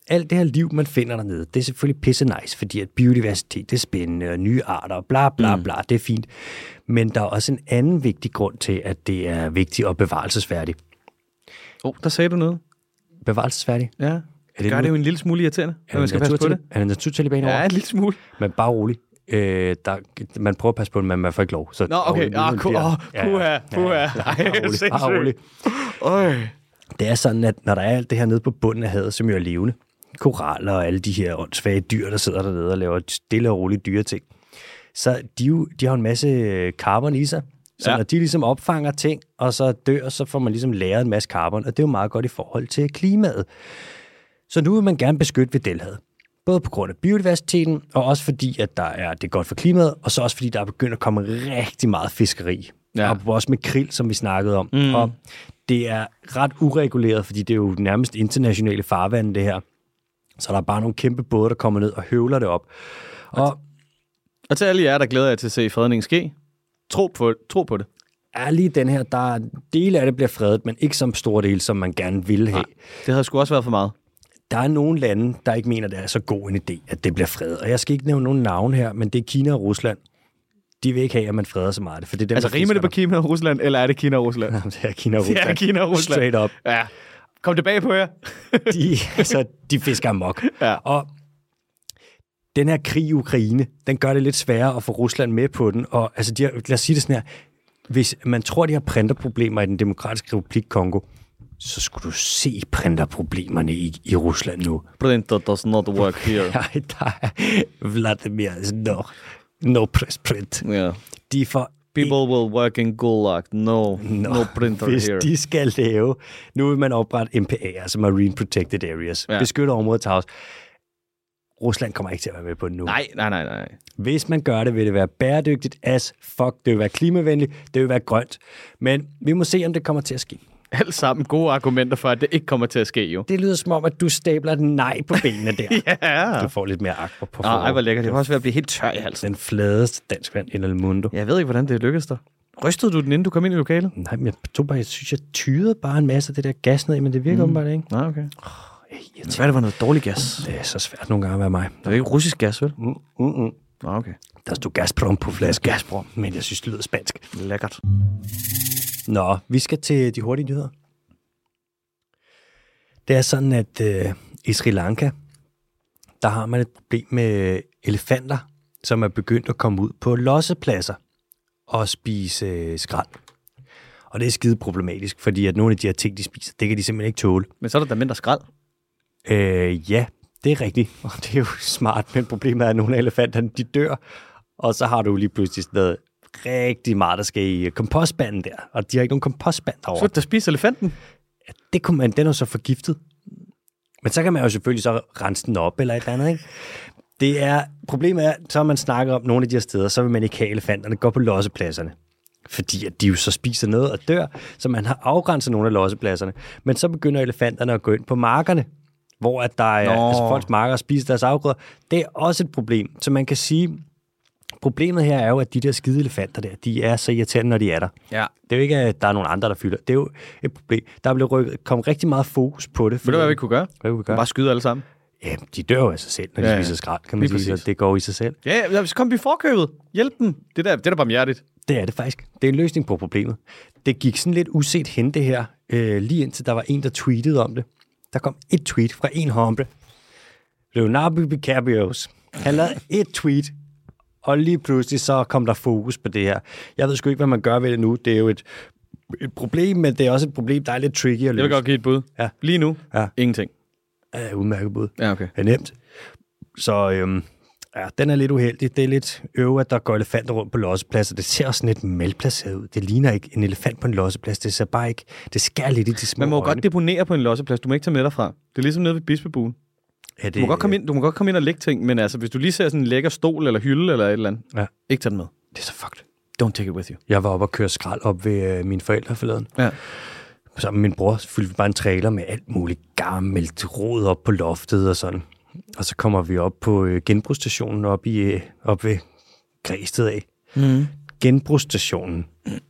Speaker 1: alt det her liv, man finder dernede, det er selvfølgelig pisse nice, fordi at biodiversitet, det er spændende, og nye arter, og bla bla bla, det er fint. Men der er også en anden vigtig grund til, at det er vigtigt og bevarelsesværdigt.
Speaker 2: Oh, der sagde du noget.
Speaker 1: Bevarelsesværdigt?
Speaker 2: Ja. Det
Speaker 1: det
Speaker 2: gør
Speaker 1: nu-
Speaker 2: det jo en lille smule irriterende, at man skal passe på det.
Speaker 1: Er det naturtaliban
Speaker 2: Ja,
Speaker 1: over?
Speaker 2: en lille smule.
Speaker 1: Men bare rolig. Øh, der, man prøver at passe på den, men man får ikke lov. Så
Speaker 2: Nå, okay.
Speaker 1: rolig,
Speaker 2: Ah,
Speaker 1: lyden
Speaker 2: ku-
Speaker 1: bliver-
Speaker 2: åh,
Speaker 1: Ja, ja.
Speaker 2: puha, puha.
Speaker 1: Ja,
Speaker 2: Ej,
Speaker 1: bare rolig,
Speaker 2: sindssygt.
Speaker 1: bare rolig.
Speaker 2: Øj.
Speaker 1: Det er sådan, at når der er alt det her nede på bunden af havet, som jo er levende, koraller og alle de her åndssvage dyr, der sidder dernede og laver stille og roligt dyre ting, så de, jo, de har jo en masse øh, carbon i sig. Så
Speaker 2: Ja.
Speaker 1: ja. når de ligesom opfanger ting, og så dør, så får man ligesom læret en masse carbon, og det er jo meget godt i forhold til klimaet. Så nu vil man gerne beskytte Vedelhavet. Både på grund af biodiversiteten, og også fordi, at der er, det er godt for klimaet, og så også fordi, der er begyndt at komme rigtig meget fiskeri.
Speaker 2: Ja.
Speaker 1: Ja. Og også med krill, som vi snakkede om. Mm. Og det er ret ureguleret, fordi det er jo nærmest internationale farvande, det her. Så der er bare nogle kæmpe både, der kommer ned og høvler det op. Og
Speaker 2: Og til alle jer, der glæder jer til at se fredningen ske, tro på, tro på det.
Speaker 1: er lige den her, der er dele af det bliver fredet, men ikke som store dele, som man gerne vil have.
Speaker 2: Det havde sgu også været for meget.
Speaker 1: Der er nogle lande, der ikke mener, det er så god en idé, at det bliver fredet. Og jeg skal ikke nævne nogen navn her, men det er Kina og Rusland. De vil ikke have, at man freder så meget. af det, For det er dem,
Speaker 2: Altså,
Speaker 1: der
Speaker 2: rimer det på
Speaker 1: fisker
Speaker 2: Kina og Rusland, eller er det Kina og Rusland?
Speaker 1: der. Jamen, det er Kina og
Speaker 2: Det
Speaker 1: Rusland.
Speaker 2: er Kina og Rusland.
Speaker 1: Straight up.
Speaker 2: Ja. Kom tilbage på jer.
Speaker 1: De, altså, de fisker amok.
Speaker 2: Ja.
Speaker 1: Og den her krig i Ukraine, den gør det lidt sværere at få Rusland med på den. Og altså, de har, lad os sige det sådan her. Hvis man tror, de har printerproblemer i den demokratiske republik Kongo, så skulle du se printerproblemerne i, i Rusland nu.
Speaker 2: Printer does not work here.
Speaker 1: Nej, der er Vladimir. altså, No, no press print.
Speaker 2: Yeah.
Speaker 1: De får
Speaker 2: People will work in Gulag. No, no,
Speaker 1: Nå,
Speaker 2: printer
Speaker 1: hvis
Speaker 2: here.
Speaker 1: de skal lave... Nu vil man oprette MPA, altså Marine Protected Areas,
Speaker 2: Ja.
Speaker 1: ja. beskytter området til havs. Rusland kommer ikke til at være med på det nu.
Speaker 2: Nej, nej, nej, nej.
Speaker 1: Hvis man gør det, vil det være bæredygtigt as fuck. Det vil være klimavenligt, det vil være grønt. Men vi må se, om det kommer til at ske.
Speaker 2: Alt sammen gode argumenter for, at det ikke kommer til at ske, jo.
Speaker 1: Det lyder som om, at du stabler et nej på benene der.
Speaker 2: Ja.
Speaker 1: Du får lidt mere akva på
Speaker 2: Nej, hvor
Speaker 1: forhånd.
Speaker 2: lækkert. Det var også ved at blive helt tør i halsen.
Speaker 1: Den fladeste dansk vand i El Mundo.
Speaker 2: Jeg ved ikke, hvordan det lykkedes dig. Rystede du den, inden du kom ind i lokalet?
Speaker 1: Nej, men jeg tog bare, jeg synes, jeg tyrede bare en masse af det der gas ned i, men det virker mm. åbenbart ikke.
Speaker 2: Nej, okay. Det var, det var noget dårlig gas.
Speaker 1: Det er så svært nogle gange at være mig.
Speaker 2: Det var ikke russisk gas, vel?
Speaker 1: Mm, mm, mm.
Speaker 2: Nå, okay.
Speaker 1: Der stod Gazprom på flasken. Gazprom. Men jeg synes, det lyder spansk.
Speaker 2: Lækkert.
Speaker 1: Nå, vi skal til de hurtige nyheder. Det er sådan, at øh, i Sri Lanka, der har man et problem med elefanter, som er begyndt at komme ud på lossepladser og spise øh, skrald. Og det er skide problematisk, fordi at nogle af de her ting, de spiser, det kan de simpelthen ikke tåle.
Speaker 2: Men så er der da mindre skrald.
Speaker 1: Øh, ja, det er rigtigt, og det er jo smart, men problemet er, at nogle af elefanterne, de dør, og så har du lige pludselig sådan noget rigtig meget, der skal i øh, kompostspanden der, og de har ikke nogen kompostspand
Speaker 2: Så
Speaker 1: derovre.
Speaker 2: der spiser elefanten.
Speaker 1: Det kunne man, den er jo så forgiftet. Men så kan man jo selvfølgelig så rense den op eller et eller andet, ikke? Det er, problemet er, så har man snakker om nogle af de her steder, så vil man ikke have elefanterne gå på lossepladserne. Fordi at de jo så spiser noget og dør, så man har afgrænset nogle af lossepladserne. Men så begynder elefanterne at gå ind på markerne, hvor at der er,
Speaker 2: Nå.
Speaker 1: altså folks marker og spiser deres afgrøder. Det er også et problem. Så man kan sige, problemet her er jo, at de der skide elefanter der, de er så irriterende, når de er der.
Speaker 2: Ja.
Speaker 1: Det er jo ikke, at der er nogen andre, der fylder. Det er jo et problem. Der er blevet rykket, kom rigtig meget fokus på det.
Speaker 2: Ved du, hvad vi kunne gøre?
Speaker 1: Hvad vi kunne gøre?
Speaker 2: Bare skyde alle sammen.
Speaker 1: Ja, de dør jo af sig selv, når de
Speaker 2: Ja,
Speaker 1: ja,
Speaker 2: ja.
Speaker 1: spiser skrald, kan man
Speaker 2: Lige
Speaker 1: sige.
Speaker 2: præcis.
Speaker 1: Så det går i sig selv.
Speaker 2: Ja, ja, ja, så kom vi i forkøbet. Hjælp dem. Det der, det er da barmhjertigt.
Speaker 1: Det er det faktisk. Det er en løsning på problemet. Det gik sådan lidt uset hen, det her, øh, lige indtil der var en, der tweetede om det. Der kom et tweet fra en hombre. Leonardo DiCaprio's. Han lavede et tweet, og lige pludselig så kom der fokus på det her. Jeg ved sgu ikke, hvad man gør ved det nu. Det er jo et, et problem, men det er også et problem, der er lidt tricky at
Speaker 2: Jeg vil
Speaker 1: løse.
Speaker 2: godt give et bud.
Speaker 1: Ja.
Speaker 2: Lige nu,
Speaker 1: Ja.
Speaker 2: ingenting.
Speaker 1: Det er udmærket bud.
Speaker 2: Ja, okay.
Speaker 1: er nemt. Så øhm, ja, den er lidt uheldig. Det er lidt øve, at der går elefanter rundt på lossepladser. Det ser også sådan lidt malplaceret ud. Det ligner ikke en elefant på en losseplads. Det ser bare ikke... Det skærer lidt i de små
Speaker 2: Man må jo
Speaker 1: øjne.
Speaker 2: godt deponere på en losseplads. Du må ikke tage med derfra. Det er ligesom nede ved Bispebuen.
Speaker 1: ja, det,
Speaker 2: Du må, godt komme ind, du må godt komme ind og lægge ting, men altså, hvis du lige ser sådan en lækker stol eller hylde eller et eller andet,
Speaker 1: Ja.
Speaker 2: ikke tage den med.
Speaker 1: Det er så fucked.
Speaker 2: Don't take it with you.
Speaker 1: Jeg var oppe og køre skrald op ved øh, mine forældre forleden.
Speaker 2: Ja.
Speaker 1: Sammen med min bror fyldte vi bare en trailer med alt muligt gammelt rod op på loftet og sådan. Og så kommer vi op på øh, genbrugsstationen op, i, øh, op ved Græsted af.
Speaker 2: Mm.
Speaker 1: Genbrugsstationen.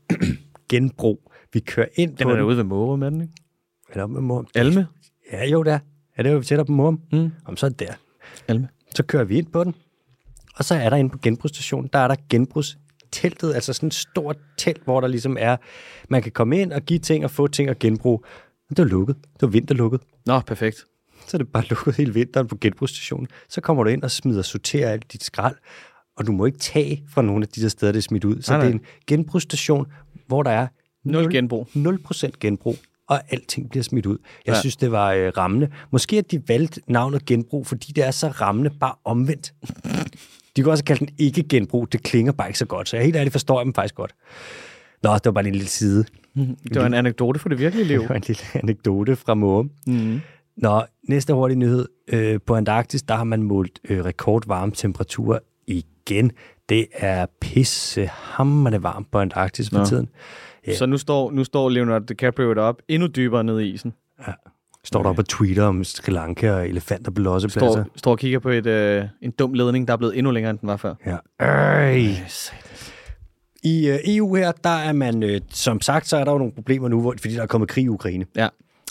Speaker 1: Genbrug. Vi kører ind
Speaker 2: Den
Speaker 1: på
Speaker 2: er derude ved Måre, manden, ikke?
Speaker 1: Er det op med Morum?
Speaker 2: Alme?
Speaker 1: Ja, jo, der. Er det jo tættere på Morum?
Speaker 2: Mm.
Speaker 1: Om så er det der.
Speaker 2: Alme.
Speaker 1: Så kører vi ind på den, og så er der inde på genbrugsstationen, der er der genbrugsteltet, altså sådan et stort telt, hvor der ligesom er, man kan komme ind og give ting og få ting og genbruge. Men det var lukket. Det var vinterlukket.
Speaker 2: Nå, perfekt.
Speaker 1: Så er det bare lukket hele vinteren på genbrugsstationen. Så kommer du ind og smider og sorterer alt dit skrald, og du må ikke tage fra nogle af de der steder, det er smidt ud. Så
Speaker 2: Nej,
Speaker 1: nej,
Speaker 2: nej.
Speaker 1: det er en genbrugsstation, hvor der er
Speaker 2: Nul genbrug.
Speaker 1: 0% genbrug, og alting bliver smidt ud. Jeg
Speaker 2: Ja.
Speaker 1: ja. synes, det var øh, rammende. Måske at de valgte navnet genbrug, fordi det er så rammende, bare omvendt. De kunne også kalde den ikke genbrug. Det klinger bare ikke så godt, så jeg helt ærligt forstår jeg dem faktisk godt. Nå, det var bare lige en lille side.
Speaker 2: Det var en anekdote for det virkelige liv.
Speaker 1: Det var en lille anekdote fra Måge.
Speaker 2: Mm.
Speaker 1: Nå, næste hurtige nyhed. Øh, på Antarktis, der har man målt øh, rekordvarme temperaturer igen. Det er pissehammerende varmt på Antarktis for
Speaker 2: Nå.
Speaker 1: tiden. Ja.
Speaker 2: Så nu står, nu står Leonardo DiCaprio deroppe endnu dybere nede i isen.
Speaker 1: Står der op og tweeter om Sri Lanka og elefanter på lossepladser.
Speaker 2: Står, står og kigger på et, øh, en dum ledning, der er blevet endnu længere, end den var før.
Speaker 1: Ja. Øj. I øh, EU her, der er man, øh, som sagt, så er der jo nogle problemer nu, hvor- fordi der er kommet krig i Ukraine.
Speaker 2: Ja.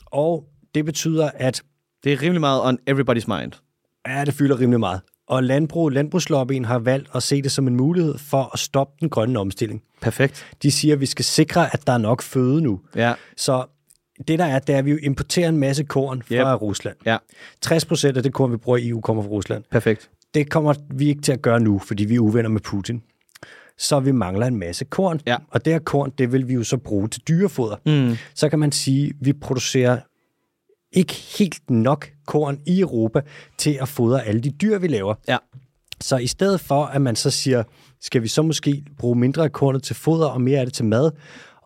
Speaker 1: Og det betyder, at
Speaker 2: Det er rimelig meget on everybody's mind.
Speaker 1: ja, det fylder rimelig meget. Og landbrug, landbrugslobbyen har valgt at se det som en mulighed for at stoppe den grønne omstilling.
Speaker 2: Perfekt.
Speaker 1: De siger, at vi skal sikre, at der er nok føde nu.
Speaker 2: Ja,
Speaker 1: Så det der er, det er, at vi jo importerer en masse korn fra
Speaker 2: Yep.
Speaker 1: Rusland.
Speaker 2: ja,
Speaker 1: 60 procent af det korn, vi bruger i EU, kommer fra Rusland.
Speaker 2: perfekt.
Speaker 1: det kommer vi ikke til at gøre nu, fordi vi er uvenner med Putin. Så vi mangler en masse korn.
Speaker 2: Ja.
Speaker 1: Og det her korn, det vil vi jo så bruge til dyrefoder.
Speaker 2: Mm.
Speaker 1: Så kan man sige, at vi producerer ikke helt nok korn i Europa til at fodre alle de dyr, vi laver.
Speaker 2: Ja.
Speaker 1: Så i stedet for, at man så siger, skal vi så måske bruge mindre af kornet til foder og mere af det til mad,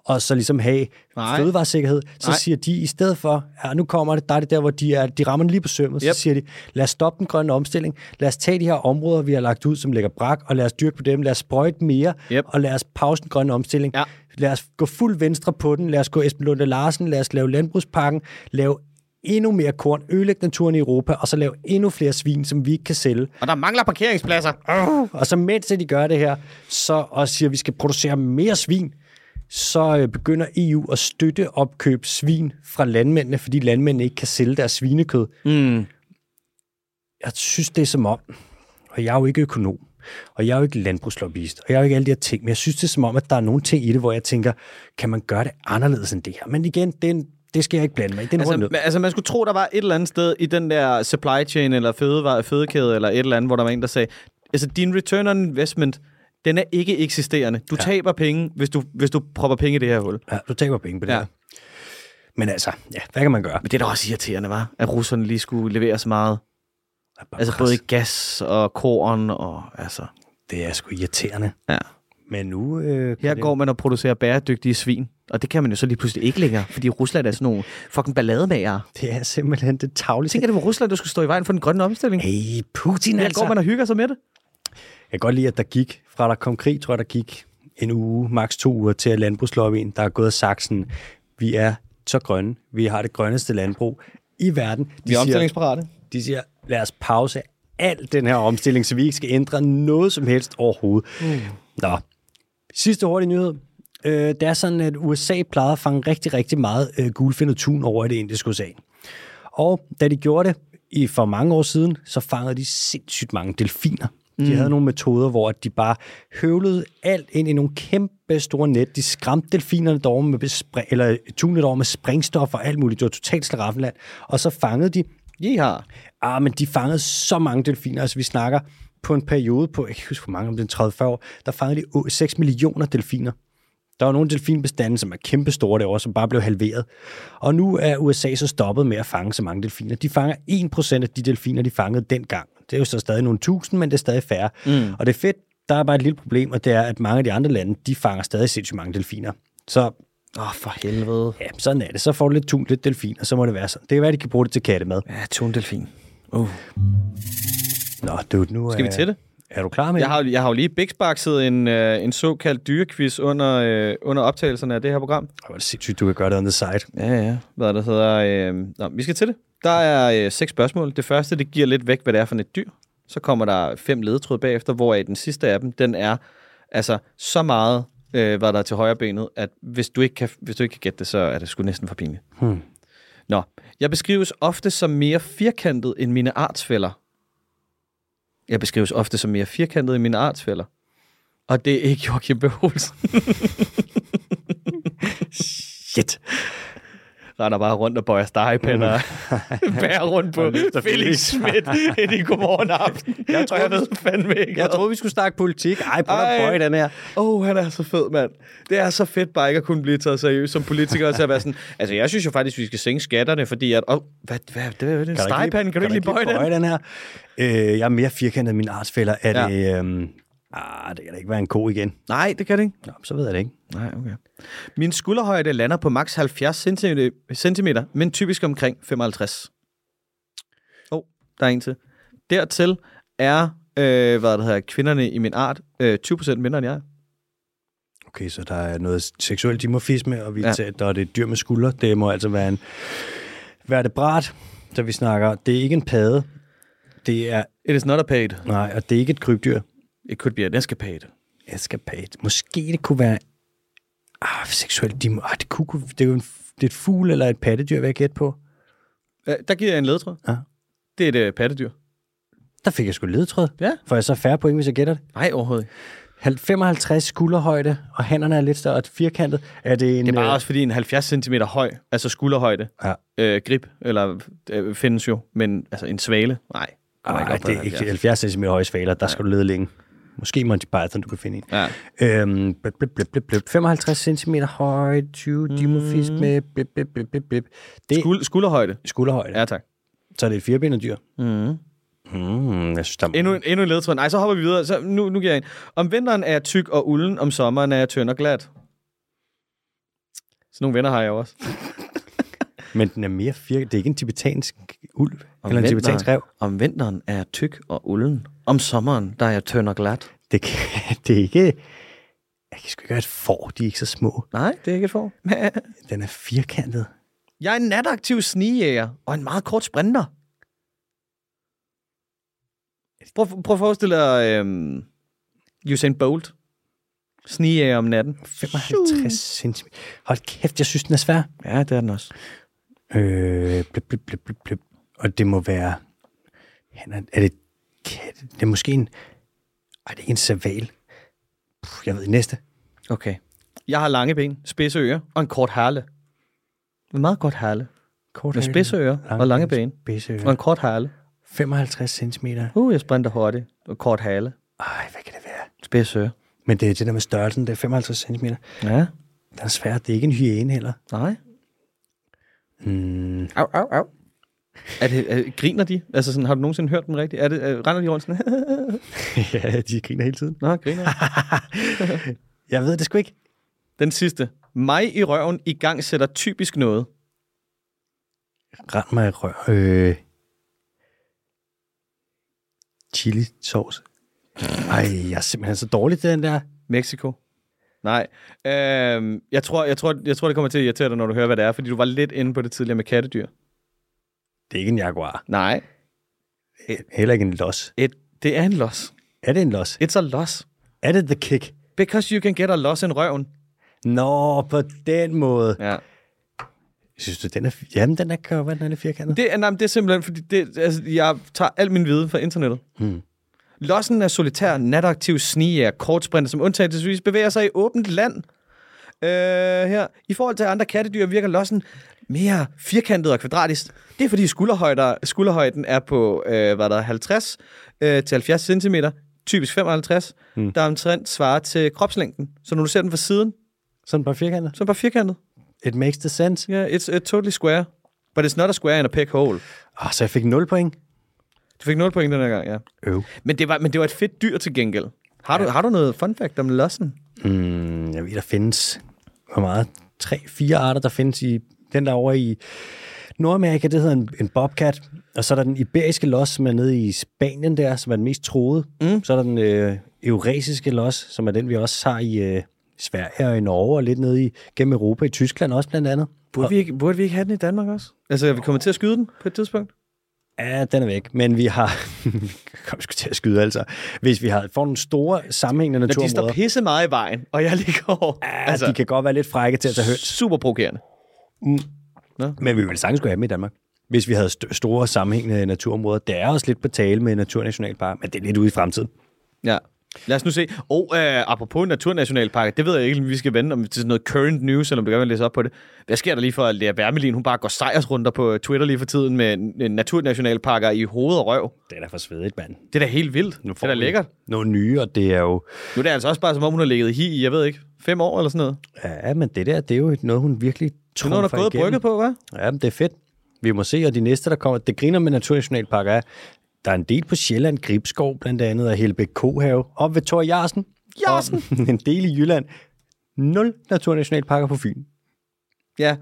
Speaker 1: og så ligesom have
Speaker 2: Nej.
Speaker 1: Nej. fødevaresikkerhed, så
Speaker 2: Nej.
Speaker 1: Nej. siger de i stedet for, ja, nu kommer det, der er det der, hvor de, er, de rammer den lige på sømmet, yep.
Speaker 2: Yep.
Speaker 1: så siger de, lad os stoppe den grønne omstilling, lad os tage de her områder, vi har lagt ud, som ligger brak, og lad os dyrke på dem, lad os sprøjte mere,
Speaker 2: Yep.
Speaker 1: og lad os pause den grønne omstilling.
Speaker 2: Ja.
Speaker 1: Lad os gå fuld venstre på den, lad os gå Esben Lunde Larsen, lad os lave landbrugspakken, lave endnu mere korn, ødelægge naturen i Europa, og så lave endnu flere svin, som vi ikke kan sælge.
Speaker 2: Og der mangler parkeringspladser. Mm.
Speaker 1: Og så mens de gør det her, så og siger, at vi skal producere mere svin, så øh, begynder EU at støtte opkøb svin fra landmændene, fordi landmændene ikke kan sælge deres svinekød.
Speaker 2: Mm.
Speaker 1: Jeg synes, det er som om, og jeg er jo ikke økonom, og jeg er jo ikke landbrugslobbyist, og jeg er jo ikke alle de her ting, men jeg synes, det er som om, at der er nogle ting i det, hvor jeg tænker, kan man gøre det anderledes end det her? Men igen, det, er en, det skal jeg ikke blande mig i. Det er en altså,
Speaker 2: Altså,
Speaker 1: nød.
Speaker 2: ma- altså, man skulle tro, der var et eller andet sted i den der supply chain eller fødevare, fødekæde eller et eller andet, hvor der var en, der sagde, altså din return on investment, den er ikke eksisterende. Du ja. taber penge, hvis du, hvis du propper penge i det her hul.
Speaker 1: Ja, du taber penge på det
Speaker 2: Ja.
Speaker 1: ja. her. Men altså, ja, hvad kan man gøre?
Speaker 2: Men det er da også irriterende, var, at russerne lige skulle levere så meget. Altså både i gas og korn og altså...
Speaker 1: Det er sgu irriterende.
Speaker 2: Ja.
Speaker 1: Men nu... Øh,
Speaker 2: Her går man og producerer bæredygtige svin, og det kan man jo så lige pludselig ikke længere, fordi Rusland er sådan nogle fucking ballademager.
Speaker 1: Det er simpelthen det tavligste.
Speaker 2: Tænk, at det var Rusland, der skulle stå i vejen for den grønne omstilling.
Speaker 1: Hey, altså. Putin
Speaker 2: Her går man og hygger sig med det.
Speaker 1: Jeg kan godt lide, at der gik, fra der kom krig, tror jeg, der gik en uge, maks to uger til at landbrugslobbyen, der er gået og sagt sådan, vi er så grønne, vi har det grønneste landbrug i verden. De
Speaker 2: omstillingsparate.
Speaker 1: de siger, lad os pause al den her omstilling, så vi ikke skal ændre noget som helst overhovedet. Mm. Nå, sidste hurtige nyhed. Øh, det er sådan, at USA plejede at fange rigtig, rigtig meget øh, gulfindet tun over i det indiske ocean. Og da de gjorde det i for mange år siden, så fangede de sindssygt mange delfiner. De havde nogle metoder, hvor de bare høvlede alt ind i nogle kæmpe store net. De skræmte delfinerne derovre med, spr- eller tunene derovre med springstof og alt muligt. Det var totalt slaraffenland. Og så fangede de
Speaker 2: Jeha.
Speaker 1: ah, men de fangede så mange delfiner, altså vi snakker på en periode på, jeg kan ikke huske hvor mange, om det er 30-40 år, der fangede de å- 6 millioner delfiner. Der var nogle delfinbestande, som er kæmpestore derovre, som bare blev halveret. Og nu er USA så stoppet med at fange så mange delfiner. De fanger 1% af de delfiner, de fangede dengang. Det er jo så stadig nogle tusind, men det er stadig færre. Mm. Og det er fedt, der er bare et lille problem, og det er, at mange af de andre lande, de fanger stadig sindssygt mange delfiner. Så
Speaker 2: Åh, oh, for helvede.
Speaker 1: ja, sådan er det. Så får du lidt tun, lidt delfin, og så må det være sådan. Det kan være, de kan bruge det til kattemad.
Speaker 2: Ja, tundelfin. Uh.
Speaker 1: Nå, dude, nu
Speaker 2: Skal vi
Speaker 1: er-
Speaker 2: til det?
Speaker 1: Er du klar med
Speaker 2: Jeg har, jeg har jo lige bigsparkset en, øh, en såkaldt dyrequiz under, øh, under optagelserne af det her program.
Speaker 1: Hvor er det sindssygt, du kan gøre det on the side.
Speaker 2: Ja, ja. Hvad der hedder... Øh, nå, vi skal til det. Der er øh, seks spørgsmål. Det første, det giver lidt væk, hvad det er for et dyr. Så kommer der fem ledetråde bagefter, hvoraf den sidste af dem, den er altså så meget, øh, hvad der er til højre benet, at hvis du ikke kan, hvis du ikke kan gætte det, så er det sgu næsten for pinligt.
Speaker 1: Hmm.
Speaker 2: Nå, jeg beskrives ofte som mere firkantet end mine artsfælder. Jeg beskrives ofte som mere firkantet end mine artsfælder. Og det er ikke Joachim B. Olsen.
Speaker 1: Shit.
Speaker 2: Render bare rundt og bøjer stegepinder. Bærer rundt på
Speaker 1: løfter
Speaker 2: Felix
Speaker 1: Felix.
Speaker 2: Schmidt ind i godmorgen aften. Jeg tror, jeg ved fandme ikke.
Speaker 1: Jeg troede, vi skulle snakke politik. Ej, prøv
Speaker 2: Ej.
Speaker 1: at bøje den her.
Speaker 2: Åh, oh, han er så fed, mand. Det er så fedt bare ikke at kunne blive taget seriøst som politiker. og Så at være sådan, altså, jeg synes jo faktisk, vi skal sænke skatterne, fordi at... Åh, oh, hvad, hvad, hvad, hvad, er det en stegepande? Kan du ikke lige bøje den?
Speaker 1: bøje den her? Øh, jeg er mere firkantet end mine artsfælder. Er ja. det... Øhm, ah, det kan da ikke være en ko igen.
Speaker 2: Nej, det kan det ikke.
Speaker 1: Nå, så ved jeg det ikke.
Speaker 2: Nej, okay. Min skulderhøjde lander på maks 70 cm, men typisk omkring 55. Åh, oh, der er en til. Dertil er, øh, hvad det hedder, kvinderne i min art øh, 20% mindre end jeg. er.
Speaker 1: Okay, så der er noget seksuel dimorfisme, og vi
Speaker 2: Ja.
Speaker 1: ja. der er det et dyr med skulder. Det må altså være en vertebrat, så vi snakker. Det er ikke en padde. Det er,
Speaker 2: It is not a paid.
Speaker 1: nej, og det er ikke et krybdyr.
Speaker 2: It could be an escapade.
Speaker 1: Escapade. Måske det kunne være... Ah, seksuel dim... Ah, det, kunne, kunne- det, er jo en, det er et fugl eller et pattedyr, vil jeg gætte på.
Speaker 2: Øh, der giver jeg en ledtråd.
Speaker 1: Ja.
Speaker 2: Det er et øh, pattedyr.
Speaker 1: Der fik jeg sgu ledetråd.
Speaker 2: Ja.
Speaker 1: For jeg så færre point, hvis jeg gætter det.
Speaker 2: Nej, overhovedet ikke.
Speaker 1: Hal- 55 skulderhøjde, og hænderne er lidt større og firkantet. Er det en...
Speaker 2: Det er bare
Speaker 1: øh,
Speaker 2: også fordi en 70 cm høj, altså skulderhøjde,
Speaker 1: Ja.
Speaker 2: øh, grib, eller øh, findes jo, men altså en svale, nej, kommer
Speaker 1: Nej,
Speaker 2: på
Speaker 1: det er ikke 70 cm høje svaler. Der skal du lede længe. Måske Monty Python, du kan finde en.
Speaker 2: Ja.
Speaker 1: Øhm, blip, blip, blip, blip, blip. 55 cm høj, 20 mm. dimorfisme, blip, blip, blip, blip, blip. Det er
Speaker 2: Skul- skulderhøjde.
Speaker 1: skulderhøjde. Ja.
Speaker 2: Ja, tak.
Speaker 1: Så er det et firbenet dyr.
Speaker 2: Mm.
Speaker 1: Mm, jeg synes, der er
Speaker 2: Endnu en, endnu en ledetråd. Nej, så hopper vi videre. Så nu, nu giver jeg en. Om vinteren er jeg tyk og ulden, om sommeren er jeg tynd og glat. Sådan nogle venner har jeg jo også.
Speaker 1: Men den er mere fir... Det er ikke en tibetansk ulv,
Speaker 2: Om
Speaker 1: eller en
Speaker 2: vinteren-
Speaker 1: tibetansk rev.
Speaker 2: Om vinteren er jeg tyk og ulden. Om sommeren, der er jeg tynd og glat.
Speaker 1: Det, kan, det er ikke... Jeg kan sgu ikke gøre et får, de er ikke så små.
Speaker 2: Nej, det er ikke et for.
Speaker 1: Den er firkantet.
Speaker 2: jeg er en nataktiv snigejæger og en meget kort sprinter. Prøv, prøv at forestille dig øhm, Usain Bolt. Snigejæger om natten.
Speaker 1: 55 cm. Hold kæft, jeg synes, den er svær.
Speaker 2: Ja, det er den også.
Speaker 1: Øh, blip, blip, blip, blip, blip. Og det må være... Han er, er det kat? Det er måske en... Ej, det er ikke en saval. Puh, jeg ved næste.
Speaker 2: Okay. Jeg har lange ben, spidse ører og en kort hale. En meget kort hale.
Speaker 1: Kort
Speaker 2: Med spidse ører og lange ben. Og en kort hale.
Speaker 1: 55 cm.
Speaker 2: Uh, jeg sprinter hurtigt. Og kort hale.
Speaker 1: Ej, hvad kan det være?
Speaker 2: Spidse ører.
Speaker 1: Men det er det der med størrelsen, det er 55 cm.
Speaker 2: Ja.
Speaker 1: Den er svær. Det er ikke en hyæne heller.
Speaker 2: Nej.
Speaker 1: Mm,
Speaker 2: Au, au, au. Er det, er, griner de? Altså sådan, har du nogensinde hørt dem rigtigt? Er det, er, render de rundt sådan?
Speaker 1: ja, de griner hele tiden.
Speaker 2: Nå, griner. de.
Speaker 1: Jeg ved det sgu ikke.
Speaker 2: Den sidste. Mig i røven i gang sætter typisk noget.
Speaker 1: Rand mig i rør. Øh, chili sauce. Ej, jeg er simpelthen så dårlig til den der.
Speaker 2: Mexico. Nej. Øhm, jeg, tror, jeg, tror, jeg tror, det kommer til at irritere dig, når du hører, hvad det er, fordi du var lidt inde på det tidligere med kattedyr.
Speaker 1: Det er ikke en jaguar.
Speaker 2: Nej.
Speaker 1: Heller ikke en los.
Speaker 2: Et, det er en loss.
Speaker 1: Er det en los?
Speaker 2: It's a loss.
Speaker 1: Er det the kick?
Speaker 2: Because you can get a loss in røven.
Speaker 1: Nå, på den måde.
Speaker 2: Ja.
Speaker 1: Synes du, den er... fi- Jamen, den er, kan jo være, den er lidt firkantet.
Speaker 2: Det, er, nej, men det er simpelthen, fordi det, altså, jeg tager al min viden fra internettet.
Speaker 1: Hmm.
Speaker 2: Lossen er solitær, nataktiv, sniger, kortsprinter, som undtagelsesvis bevæger sig i åbent land. Øh, her. I forhold til andre kattedyr virker lossen mere firkantet og kvadratisk. Det er fordi skulderhøjder, skulderhøjden er på øh, hvad der, er, 50 øh, til 70 cm, typisk 55, mm. der omtrent svarer til kropslængden. Så når du ser den fra siden,
Speaker 1: Sådan bare firkantet.
Speaker 2: så er den bare firkantet.
Speaker 1: It makes the sense.
Speaker 2: Yeah, it's, it's totally square. But it's not a square and a peg hole.
Speaker 1: Oh, så jeg fik 0 point.
Speaker 2: Du fik 0 point den her gang, ja.
Speaker 1: Øv.
Speaker 2: Men det var, men det var et fedt dyr til gengæld. Har, ja. du, har du noget fun fact om lossen?
Speaker 1: Mm, jeg ved, der findes... Hvor meget? Tre, fire arter, der findes i... Den der over i Nordamerika, det hedder en, en bobcat. Og så er der den iberiske los, som er nede i Spanien der, som er den mest troede. Mm. Så er der den øh, eurasiske los, som er den, vi også har i øh, Sverige og i Norge, og lidt nede i, gennem Europa, i Tyskland også blandt andet.
Speaker 2: Burde vi, ikke, burde vi ikke have den i Danmark også? Altså, vi kommer til at skyde den på et tidspunkt.
Speaker 1: Ja, den er væk, men vi har... vi kommer sgu til at skyde, altså. Hvis vi har, får nogle store sammenhængende
Speaker 2: Når de står
Speaker 1: naturområder,
Speaker 2: pisse meget i vejen, og jeg ligger over.
Speaker 1: ja, altså, de kan godt være lidt frække til at tage høns.
Speaker 2: super provokerende.
Speaker 1: Men vi ville sagtens kunne have dem i Danmark, hvis vi havde st- store sammenhængende naturområder. Det er også lidt på tale med Naturnationalpark, men det er lidt ude i fremtiden.
Speaker 2: Ja. Lad os nu se. Og øh, apropos naturnationalparker, det ved jeg ikke, om vi skal vende om til sådan noget current news, eller om det gør, man læser op på det. Hvad sker der lige for, at Lea Wermelin, hun bare går sejrsrunder på Twitter lige for tiden med øh, naturnationalparker i hoved og røv?
Speaker 1: Det er da for svedigt, mand.
Speaker 2: Det er da helt vildt. Nu det er da
Speaker 1: vi
Speaker 2: lækkert.
Speaker 1: Nogle nye, og det er jo...
Speaker 2: Nu er det altså også bare, som om hun har ligget i hi i, jeg ved ikke, fem år eller sådan noget. Det
Speaker 1: Ja, men det der, det er jo et- noget, hun virkelig
Speaker 2: er noget,
Speaker 1: trumfer
Speaker 2: hun har gået og brygget på, hva'?
Speaker 1: Ja, men det er fedt. Vi må se, og de næste, der kommer... Det griner med Naturnationalpark er, der er en del på Sjælland, Gribskov blandt andet, og Helbæk Kohave, op ved Tor Jarsen.
Speaker 2: Jarsen!
Speaker 1: Og en del i Jylland. Nul Naturnationalparker på Fyn.
Speaker 2: Ja.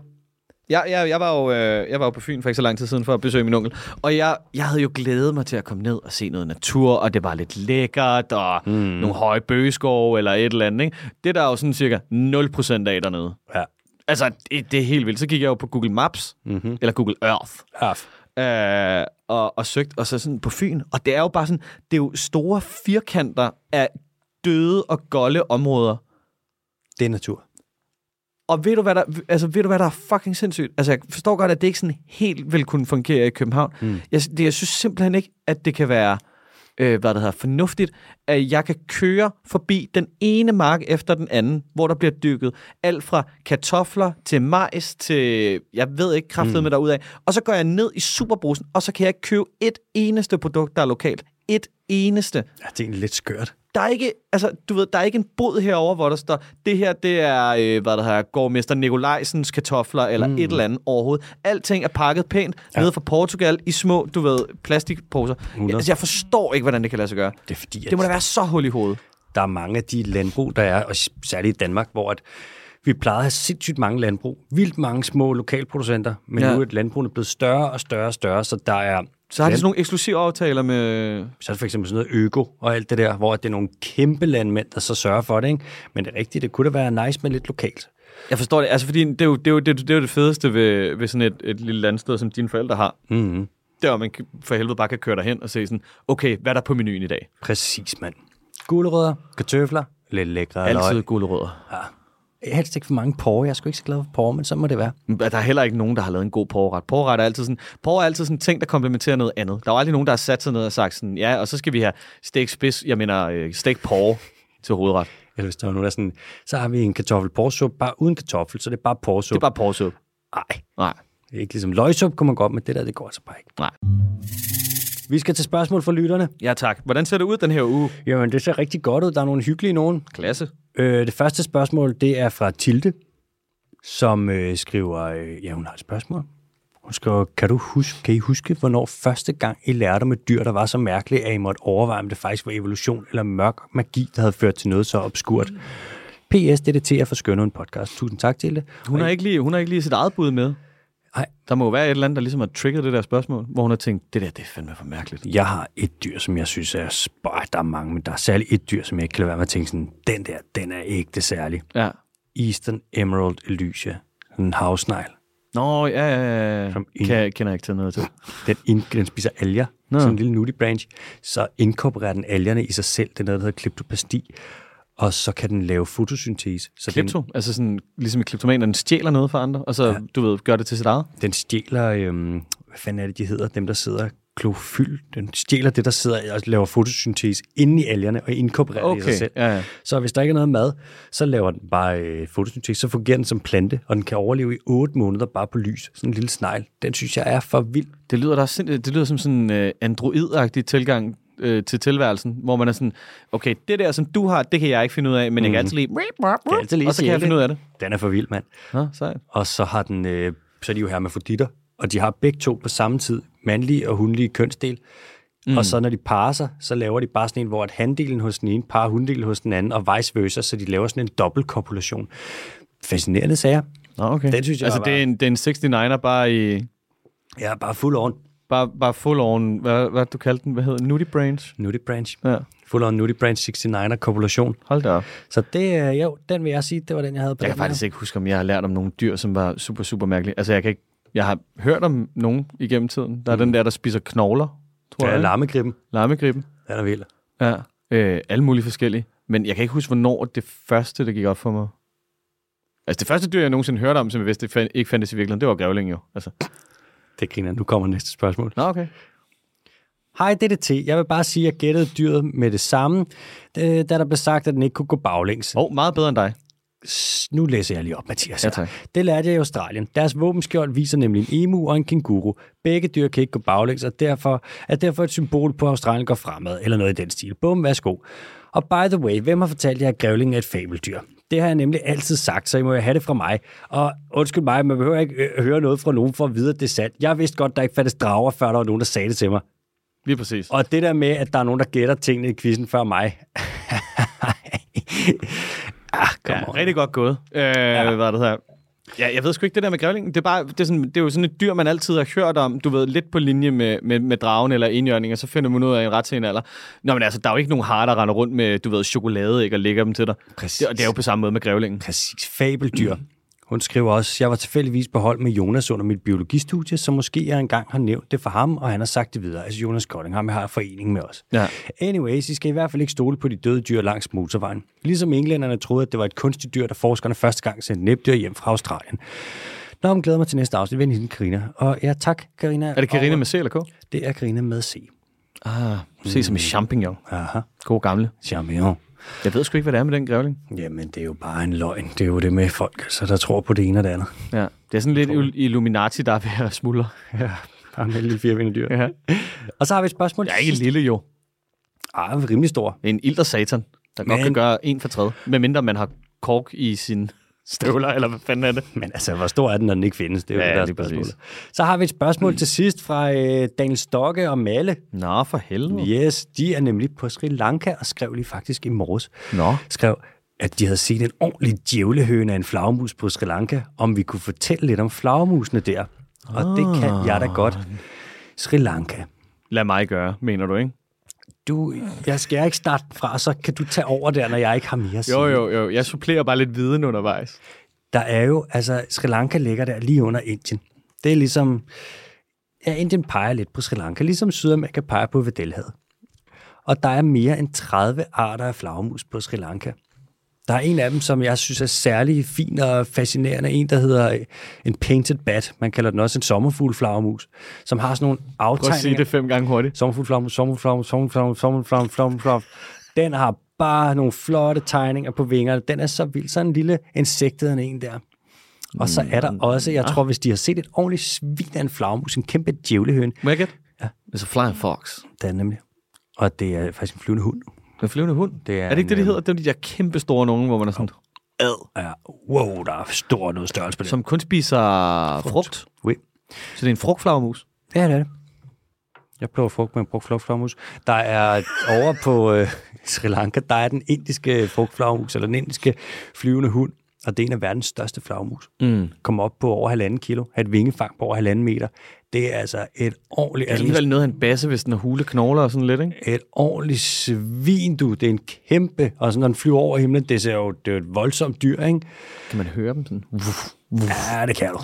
Speaker 2: Jeg, jeg, jeg, var jo, øh, jeg var jo på Fyn for ikke så lang tid siden for at besøge min onkel, og jeg, jeg havde jo glædet mig til at komme ned og se noget natur, og det var lidt lækkert, og mm. nogle høje bøgeskove eller et eller andet. Ikke? Det der er jo sådan cirka 0% af dernede.
Speaker 1: Ja.
Speaker 2: Altså, det, det er helt vildt. Så gik jeg jo på Google Maps, mm-hmm. eller Google Earth,
Speaker 1: Af.
Speaker 2: øh, og, og søgt, og så sådan på Fyn. Og det er jo bare sådan, det er jo store firkanter af døde og golde områder.
Speaker 1: Det er natur.
Speaker 2: Og ved du, hvad der, altså, ved du, hvad der er fucking sindssygt? Altså, jeg forstår godt, at det ikke sådan helt vil kunne fungere i København. Mm. Jeg, det, jeg synes simpelthen ikke, at det kan være øh, hvad det hedder, fornuftigt, at jeg kan køre forbi den ene mark efter den anden, hvor der bliver dykket alt fra kartofler til majs til, jeg ved ikke, kraftet med mm. af. Og så går jeg ned i superbrusen, og så kan jeg ikke købe et eneste produkt, der er lokalt. Et eneste.
Speaker 1: Ja, det er egentlig lidt skørt.
Speaker 2: Der er ikke, altså, du ved, der er ikke en bod herover, hvor der står, det her, det er, øh, hvad der her, gårdmester Nikolajsens kartofler, eller mm. et eller andet overhovedet. Alting er pakket pænt ja. nede fra Portugal i små, du ved, plastikposer.
Speaker 1: Hundrede.
Speaker 2: Altså, jeg forstår ikke, hvordan det kan lade sig gøre.
Speaker 1: Det er fordi, at
Speaker 2: Det må da være så hul i hovedet.
Speaker 1: der er mange af de landbrug, der er, og særligt i Danmark, hvor at vi plejede at have sindssygt mange landbrug. Vildt mange små lokalproducenter, men
Speaker 2: Ja.
Speaker 1: ja. nu er landbrugene blevet større og større og større, så der er
Speaker 2: Så har de
Speaker 1: Land-
Speaker 2: sådan nogle eksklusive aftaler med...
Speaker 1: så er det for eksempel sådan noget øko og alt det der, hvor det er nogle kæmpe landmænd, der så sørger for det. Ikke? Men det er rigtigt, det kunne da være nice med lidt lokalt.
Speaker 2: Jeg forstår det. Altså, fordi det er jo det, er jo, det, er jo- det, er jo det fedeste ved, ved sådan et, et lille landsted, som dine forældre har.
Speaker 1: Mm-hmm.
Speaker 2: Det er, at man kan- for helvede bare kan køre derhen og se sådan, okay, hvad er der på menuen i dag?
Speaker 1: Præcis, mand. Gulerødder, kartøfler, lidt lækre
Speaker 2: Altid
Speaker 1: løg.
Speaker 2: gulerødder.
Speaker 1: Ja. Helst ikke for mange porre. Jeg er sgu ikke så glad for porre, men så må det være.
Speaker 2: Men Der er heller ikke nogen, der har lavet en god porret. Porret er altid sådan, porret er altid sådan en ting, der komplementerer noget andet. Der er jo aldrig nogen, der har sat sig ned og sagt sådan, ja, og så skal vi have stegt spids, jeg mener øh, stegt porre til hovedret. Det
Speaker 1: Eller hvis der var nogen, der er sådan, så har vi en kartoffelporsuppe, bare uden kartoffel, så det er bare
Speaker 2: er
Speaker 1: porsuppe.
Speaker 2: bare porresuppe.
Speaker 1: Nej,
Speaker 2: Nej,
Speaker 1: Det er Ikke ligesom løgsup kunne man godt, men det der, det går altså bare ikke.
Speaker 2: nej.
Speaker 1: Vi skal til spørgsmål fra lytterne.
Speaker 2: Ja tak. Hvordan ser det ud den her uge?
Speaker 1: Jamen, det ser rigtig godt ud. Der er nogle hyggelige nogen.
Speaker 2: Klasse.
Speaker 1: Øh, det første spørgsmål, det er fra Tilde, som øh, skriver, øh, ja, hun har et spørgsmål. Hun skriver, kan, du huske, kan I huske, hvornår første gang I lærte om et dyr, der var så mærkeligt, at I måtte overveje, om det faktisk var evolution eller mørk magi, der havde ført til noget så obskurt? P.S. Det er for Skønne en podcast. Tusind tak, Tilde.
Speaker 2: Hun har, ikke lige, hun har ikke lige sit eget bud med.
Speaker 1: Nej.
Speaker 2: Der må jo være et eller andet, der ligesom har trigget det der spørgsmål, hvor hun har tænkt, det der, det er fandme for mærkeligt.
Speaker 1: Jeg har et dyr, som jeg synes er spøjt. Der er mange, men der er særligt et dyr, som jeg ikke kan lade være med at tænke sådan, den der, den er ægte særlig.
Speaker 2: Ja.
Speaker 1: Eastern Emerald Elysia. Sådan En havsnegl.
Speaker 2: Nå, ja, ja, ja, ja.
Speaker 1: Som
Speaker 2: Kan, kender jeg ikke til noget til.
Speaker 1: Den, ind, den spiser alger,
Speaker 2: Nå.
Speaker 1: Nå. sådan en lille nutty branch. Så inkorporerer den algerne i sig selv. Det er noget, der hedder kleptopasti. Og så kan den lave fotosyntese. Så
Speaker 2: Klepto, altså sådan, ligesom i kleptoman, den stjæler noget fra andre, og så, ja. du ved, gør det til sit eget.
Speaker 1: Den, den stjæler, øhm, hvad fanden er det, de hedder? Dem, der sidder klofyld. Den stjæler det, der sidder og laver fotosyntese inde i algerne og inkorporerer det i sig
Speaker 2: Okay,
Speaker 1: selv.
Speaker 2: ja, ja.
Speaker 1: Så hvis der ikke er noget mad, så laver den bare øh, fotosyntese, så fungerer den som plante, og den kan overleve i 8 måneder bare på lys. Sådan en lille snegl. Den synes jeg er for vild.
Speaker 2: Det lyder, der sind... det lyder som sådan en øh, androidagtig tilgang øh, til tilværelsen, hvor man er sådan, okay, det der, som du har, det kan jeg ikke finde ud af, men jeg kan
Speaker 1: Mhm.
Speaker 2: altid lige,
Speaker 1: kan altid lige
Speaker 2: og så kan jeg
Speaker 1: stjæle
Speaker 2: finde ud af det.
Speaker 1: Den er for vild, mand.
Speaker 2: Nå, sejt.
Speaker 1: Og så har den, øh, så er de jo hermafroditter, og de har begge to på samme tid, mandlige og hundlige kønsdel. Mm. Og så når de parer sig, så laver de bare sådan en, hvor at handdelen hos den ene parer hunddelen hos den anden, og vice versa, så de laver sådan en dobbeltkorpulation. Fascinerende sager.
Speaker 2: Nå, okay.
Speaker 1: Den synes jeg
Speaker 2: altså,
Speaker 1: var
Speaker 2: det er,
Speaker 1: bare-
Speaker 2: en, det er en 69'er bare i,
Speaker 1: Jeg er bare fuld on.
Speaker 2: Bare, bare full on, hvad, hvad du kaldte den, hvad hedder den? Nutty Brains?
Speaker 1: Nutty Branch.
Speaker 2: Ja,
Speaker 1: Full on Nutty Branch 69er korpulation.
Speaker 2: hold da op.
Speaker 1: Så det, øh, jo, den vil jeg sige, det var den, jeg havde på
Speaker 2: Jeg kan
Speaker 1: den her.
Speaker 2: faktisk ikke huske, om jeg har lært om nogle dyr, som var super, super mærkelige. Altså, jeg kan ikke... Jeg har hørt om nogen igennem tiden. Der er mm. den der, der spiser knogler, tror
Speaker 1: Ja,
Speaker 2: jeg.
Speaker 1: lammegrippen.
Speaker 2: Lammegriben.
Speaker 1: Den er vild.
Speaker 2: Ja. Øh, alle mulige forskellige. Men jeg kan ikke huske, hvornår det første, der gik op for mig. Altså, det første dyr, jeg nogensinde hørte om, som jeg vidste fan- ikke fandtes i virkeligheden, det var grævlingen jo. Altså.
Speaker 1: Det griner. jeg. Nu kommer næste spørgsmål.
Speaker 2: Nå, okay.
Speaker 1: Hej DDT. Jeg vil bare sige, at jeg gættede dyret med det samme, øh, da der blev sagt, at den ikke kunne gå baglæns.
Speaker 2: Åh, oh, meget bedre end dig.
Speaker 1: S- Nu læser jeg lige op, Mathias.
Speaker 2: Ja, tak.
Speaker 1: Det lærte jeg i Australien. Deres våbenskjold viser nemlig en emu og en kænguru. Begge dyr kan ikke gå baglæns, og derfor er derfor et symbol på, at Australien går fremad, eller noget i den stil. Bum, værsgo. Og by the way, hvem har fortalt jer, at grævlingen er et fabeldyr? Det har jeg nemlig altid sagt, så I må jo have det fra mig. Og undskyld mig, man behøver ikke øh, høre noget fra nogen for at vide, at det er sandt. Jeg vidste godt, der ikke fandtes drager, før der var nogen, der sagde det til mig.
Speaker 2: Lige præcis.
Speaker 1: Og det der med, at der er nogen, der gætter tingene i quizzen før mig. ah, kom
Speaker 2: Ja,
Speaker 1: on.
Speaker 2: rigtig godt gået. Øh, ja. Hvad er det her? Ja, jeg ved sgu ikke det der med grævlingen. Det er, bare, det, er sådan, det er jo sådan et dyr, man altid har hørt om. Du ved, lidt på linje med, med, med dragen eller enhjørning, og så finder man ud af i en ret sen alder. Nå, men altså, der er jo ikke nogen har, der render rundt med, du ved, chokolade, ikke, og lægger dem til dig.
Speaker 1: Præcis.
Speaker 2: Det, og det er jo på samme måde med grævlingen.
Speaker 1: Præcis. Fabeldyr. Hun skriver også, jeg var tilfældigvis på hold med Jonas under mit biologistudie, så måske jeg engang har nævnt det for ham, og han har sagt det videre. Altså Jonas Kolding, ham jeg har forening med os.
Speaker 2: Ja.
Speaker 1: Anyways, I skal i hvert fald ikke stole på de døde dyr langs motorvejen. Ligesom englænderne troede, at det var et kunstigt dyr, der forskerne første gang sendte næbdyr hjem fra Australien. Nå, hun glæder mig til næste afsnit. Vend hende, Karina. Og ja, tak, Karina.
Speaker 2: Er det Karina
Speaker 1: Og
Speaker 2: med C eller K?
Speaker 1: Det er Karina med C.
Speaker 2: Ah, se som en champignon.
Speaker 1: Aha,
Speaker 2: God gamle.
Speaker 1: champion.
Speaker 2: Jeg ved sgu ikke, hvad det er med den grævling.
Speaker 1: Jamen, det er jo bare en løgn. Det er jo det med folk, altså, der tror på det ene og det andet.
Speaker 2: Ja. Det er sådan lidt il- Illuminati, der er ved at smuldre.
Speaker 1: Ja, bare med et lille firbenet dyr.
Speaker 2: Ja.
Speaker 1: Og så har vi et spørgsmål.
Speaker 2: Jeg er ikke lille jo.
Speaker 1: Ah, rimelig stor.
Speaker 2: En ilter satan, der godt
Speaker 1: Men-
Speaker 2: kan gøre en for træde. Medmindre man har kork i sin støvler, eller hvad fanden er det?
Speaker 1: Men altså, hvor stor er den, når den ikke findes? Det er jo
Speaker 2: Ja,
Speaker 1: ja, det, der er
Speaker 2: lige præcis.
Speaker 1: spørgsmålet. Så har vi et spørgsmål mm. til sidst fra øh, Daniel Stokke og Malle.
Speaker 2: Nå, for helvede.
Speaker 1: Yes, de er nemlig på Sri Lanka og skrev lige faktisk i morges.
Speaker 2: Nå.
Speaker 1: Skrev, at de havde set en ordentlig djævlehøne af en flagmus på Sri Lanka, om vi kunne fortælle lidt om flagmusene der. Og det kan jeg da godt. Sri Lanka.
Speaker 2: Lad mig gøre, mener du, ikke?
Speaker 1: Du, jeg skal jeg ikke starte den fra, så kan du tage over der, når jeg ikke har mere at sige.
Speaker 2: Jo, jo, jo. Jeg supplerer bare lidt viden undervejs.
Speaker 1: Der er jo, altså Sri Lanka ligger der lige under Indien. Det er ligesom, ja, Indien peger lidt på Sri Lanka, ligesom Sydamerika peger på Vedelhavet. Og der er mere end 30 arter af flagmus på Sri Lanka. Der er en af dem, som jeg synes er særlig fin og fascinerende. En, der hedder øh, en painted bat. Man kalder den også en sommerfuglflagermus, som har sådan nogle
Speaker 2: Prøv at sige
Speaker 1: aftegninger.
Speaker 2: det fem gange hurtigt.
Speaker 1: Sommerfuglflamme, sommerfuglflamme, sommerfuglflamme, sommerfuglflamme, sommerfuglflamme. Den har bare nogle flotte tegninger på vingerne. Den er så vild. Sådan en lille insekteden en der. Og så er der også, jeg tror, hvis de har set et ordentligt svin af en flagmus, en kæmpe djævlehøn,
Speaker 2: Må jeg gætte? Ja. It's a flying fox.
Speaker 1: der er nemlig. Og det er faktisk en flyvende hund.
Speaker 2: Den flyvende hund?
Speaker 1: Det er
Speaker 2: er øh, det ikke det,
Speaker 1: en,
Speaker 2: det
Speaker 1: øhm,
Speaker 2: hedder? Det er de der kæmpe store nogen, hvor man er sådan,
Speaker 1: Ja, wow, der er stor noget størrelse på det.
Speaker 2: som kun spiser frugt. frugt.
Speaker 1: Oui.
Speaker 2: Så det er en frugtflagermus.
Speaker 1: Ja, det er det. Jeg plukker frugt med en brugt flugtflagmus. Der er over på øh, Sri Lanka, der er den indiske frugtflagmus, eller den indiske flyvende hund, og det er en af verdens største flagmus. Mm. Kommer op på over halvanden kilo, har et vingefang på over halvanden meter. Det er altså et ordentligt,
Speaker 2: Det er
Speaker 1: altså
Speaker 2: alligevel noget af en basse, hvis den har hule knogler og sådan lidt, ikke?
Speaker 1: et ordentligt svin, du. Det er en kæmpe, og sådan, når den flyver over himlen, det, ser jo, det er jo et voldsomt dyr, ikke?
Speaker 2: Kan man høre dem sådan? Uff.
Speaker 1: Ja, det kan du.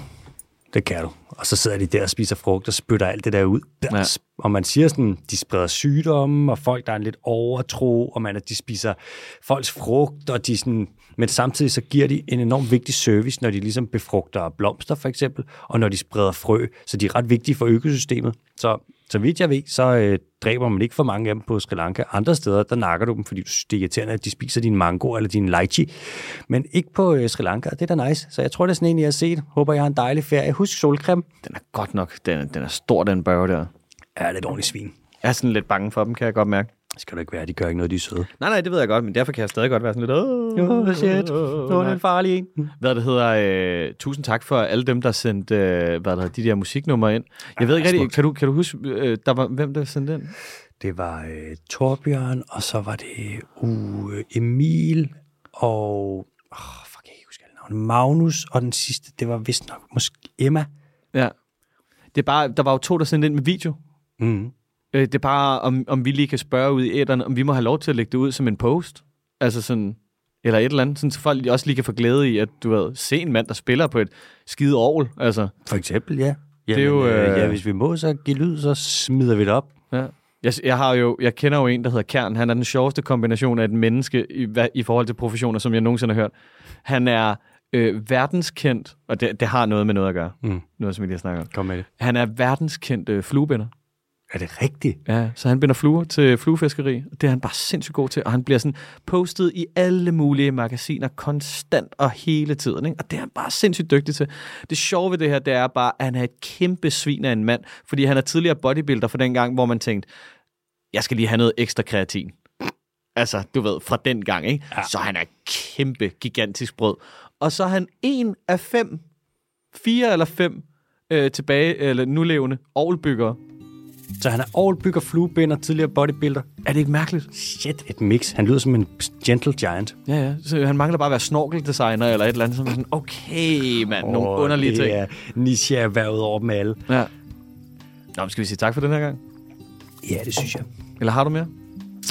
Speaker 1: Det kan du. Og så sidder de der og spiser frugt og spytter alt det der ud.
Speaker 2: Ja.
Speaker 1: Ja. Og man siger sådan, de spreder sygdomme, og folk, der er en lidt overtro, og man, at de spiser folks frugt, og de sådan... Men samtidig så giver de en enormt vigtig service, når de ligesom befrugter blomster for eksempel, og når de spreder frø, så de er ret vigtige for økosystemet. Så så vidt jeg ved, så øh, dræber man ikke for mange af dem på Sri Lanka. Andre steder, der nakker du dem, fordi du synes, det er irriterende, at de spiser din mango eller din lychee. Men ikke på øh, Sri Lanka, og det er da nice. Så jeg tror, det er sådan en, jeg har set. Håber, jeg har en dejlig ferie. Husk solcreme.
Speaker 2: Den er godt nok, den, er- den er stor, den børge der.
Speaker 1: Ja, det er et ordentligt svin.
Speaker 2: Jeg er sådan lidt bange for dem, kan jeg godt mærke.
Speaker 1: Det skal du ikke være, de gør ikke noget, de er søde.
Speaker 2: Nej, nej, det ved jeg godt, men derfor kan jeg stadig godt være sådan lidt... Åh,
Speaker 1: Oh, shit. Nu er det en farlig en.
Speaker 2: Hvad det hedder, øh, tusind tak for alle dem, der sendte øh, hvad det hedder, de der musiknumre ind. Jeg ved ikke rigtig, kan du, kan du huske, øh, der var, hvem der sendte ind?
Speaker 1: Det var øh, Torbjørn, og så var det uh, Emil, og oh, fuck, jeg kan ikke huske alle navne. Magnus, og den sidste, det var vist nok måske Emma.
Speaker 2: Ja. Det er bare, der var jo to, der sendte ind med video.
Speaker 1: Mm.
Speaker 2: Øh, det er bare, om, om vi lige kan spørge ud i æderen, om vi må have lov til at lægge det ud som en post. Altså sådan, eller et eller andet, sådan, så folk også lige kan få glæde i, at du ved, se en mand, der spiller på et skide orgel. Altså,
Speaker 1: For eksempel, ja. Jamen,
Speaker 2: er jo, øh,
Speaker 1: ja, hvis vi må så give lyd, så smider vi det op.
Speaker 2: ja. jeg, jeg, har jo, jeg kender jo en, der hedder Kern. Han er den sjoveste kombination af et menneske i, hvad, i forhold til professioner, som jeg nogensinde har hørt. Han er øh, verdenskendt, og det, det, har noget med noget at gøre.
Speaker 1: Mm.
Speaker 2: Noget, som vi lige snakker om.
Speaker 1: Kom med det.
Speaker 2: Han er verdenskendt øh, fluebinder.
Speaker 1: Er det rigtigt?
Speaker 2: Ja, så han binder fluer til fluefiskeri. og Det er han bare sindssygt god til, og han bliver sådan postet i alle mulige magasiner konstant og hele tiden. Ikke? Og det er han bare sindssygt dygtig til. Det sjove ved det her, det er bare, at han er et kæmpe svin af en mand, fordi han er tidligere bodybuilder fra den gang, hvor man tænkte, jeg skal lige have noget ekstra kreatin. Altså, du ved, fra den gang, ikke? Ja. Så han er kæmpe, gigantisk brød. Og så er han en af fem, fire eller fem, øh, tilbage, eller nulevende, ovlbyggere.
Speaker 1: Så han er all-bygger, fluebinder, tidligere bodybuilder.
Speaker 2: Er det ikke mærkeligt?
Speaker 1: Shit, et mix. Han lyder som en gentle giant.
Speaker 2: Ja, ja. Så han mangler bare at være snorkeldesigner eller et eller andet. Så er man sådan, okay, mand, oh, nogle underlige
Speaker 1: det
Speaker 2: ting.
Speaker 1: er niche-erhvervet over dem alle.
Speaker 2: Ja. Nå, men skal vi sige tak for den her gang?
Speaker 1: Ja, det synes jeg.
Speaker 2: Eller har du mere?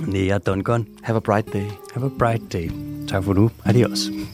Speaker 1: Nære Duncan.
Speaker 2: Have a bright day.
Speaker 1: Have a bright day. Tak for nu. Adios.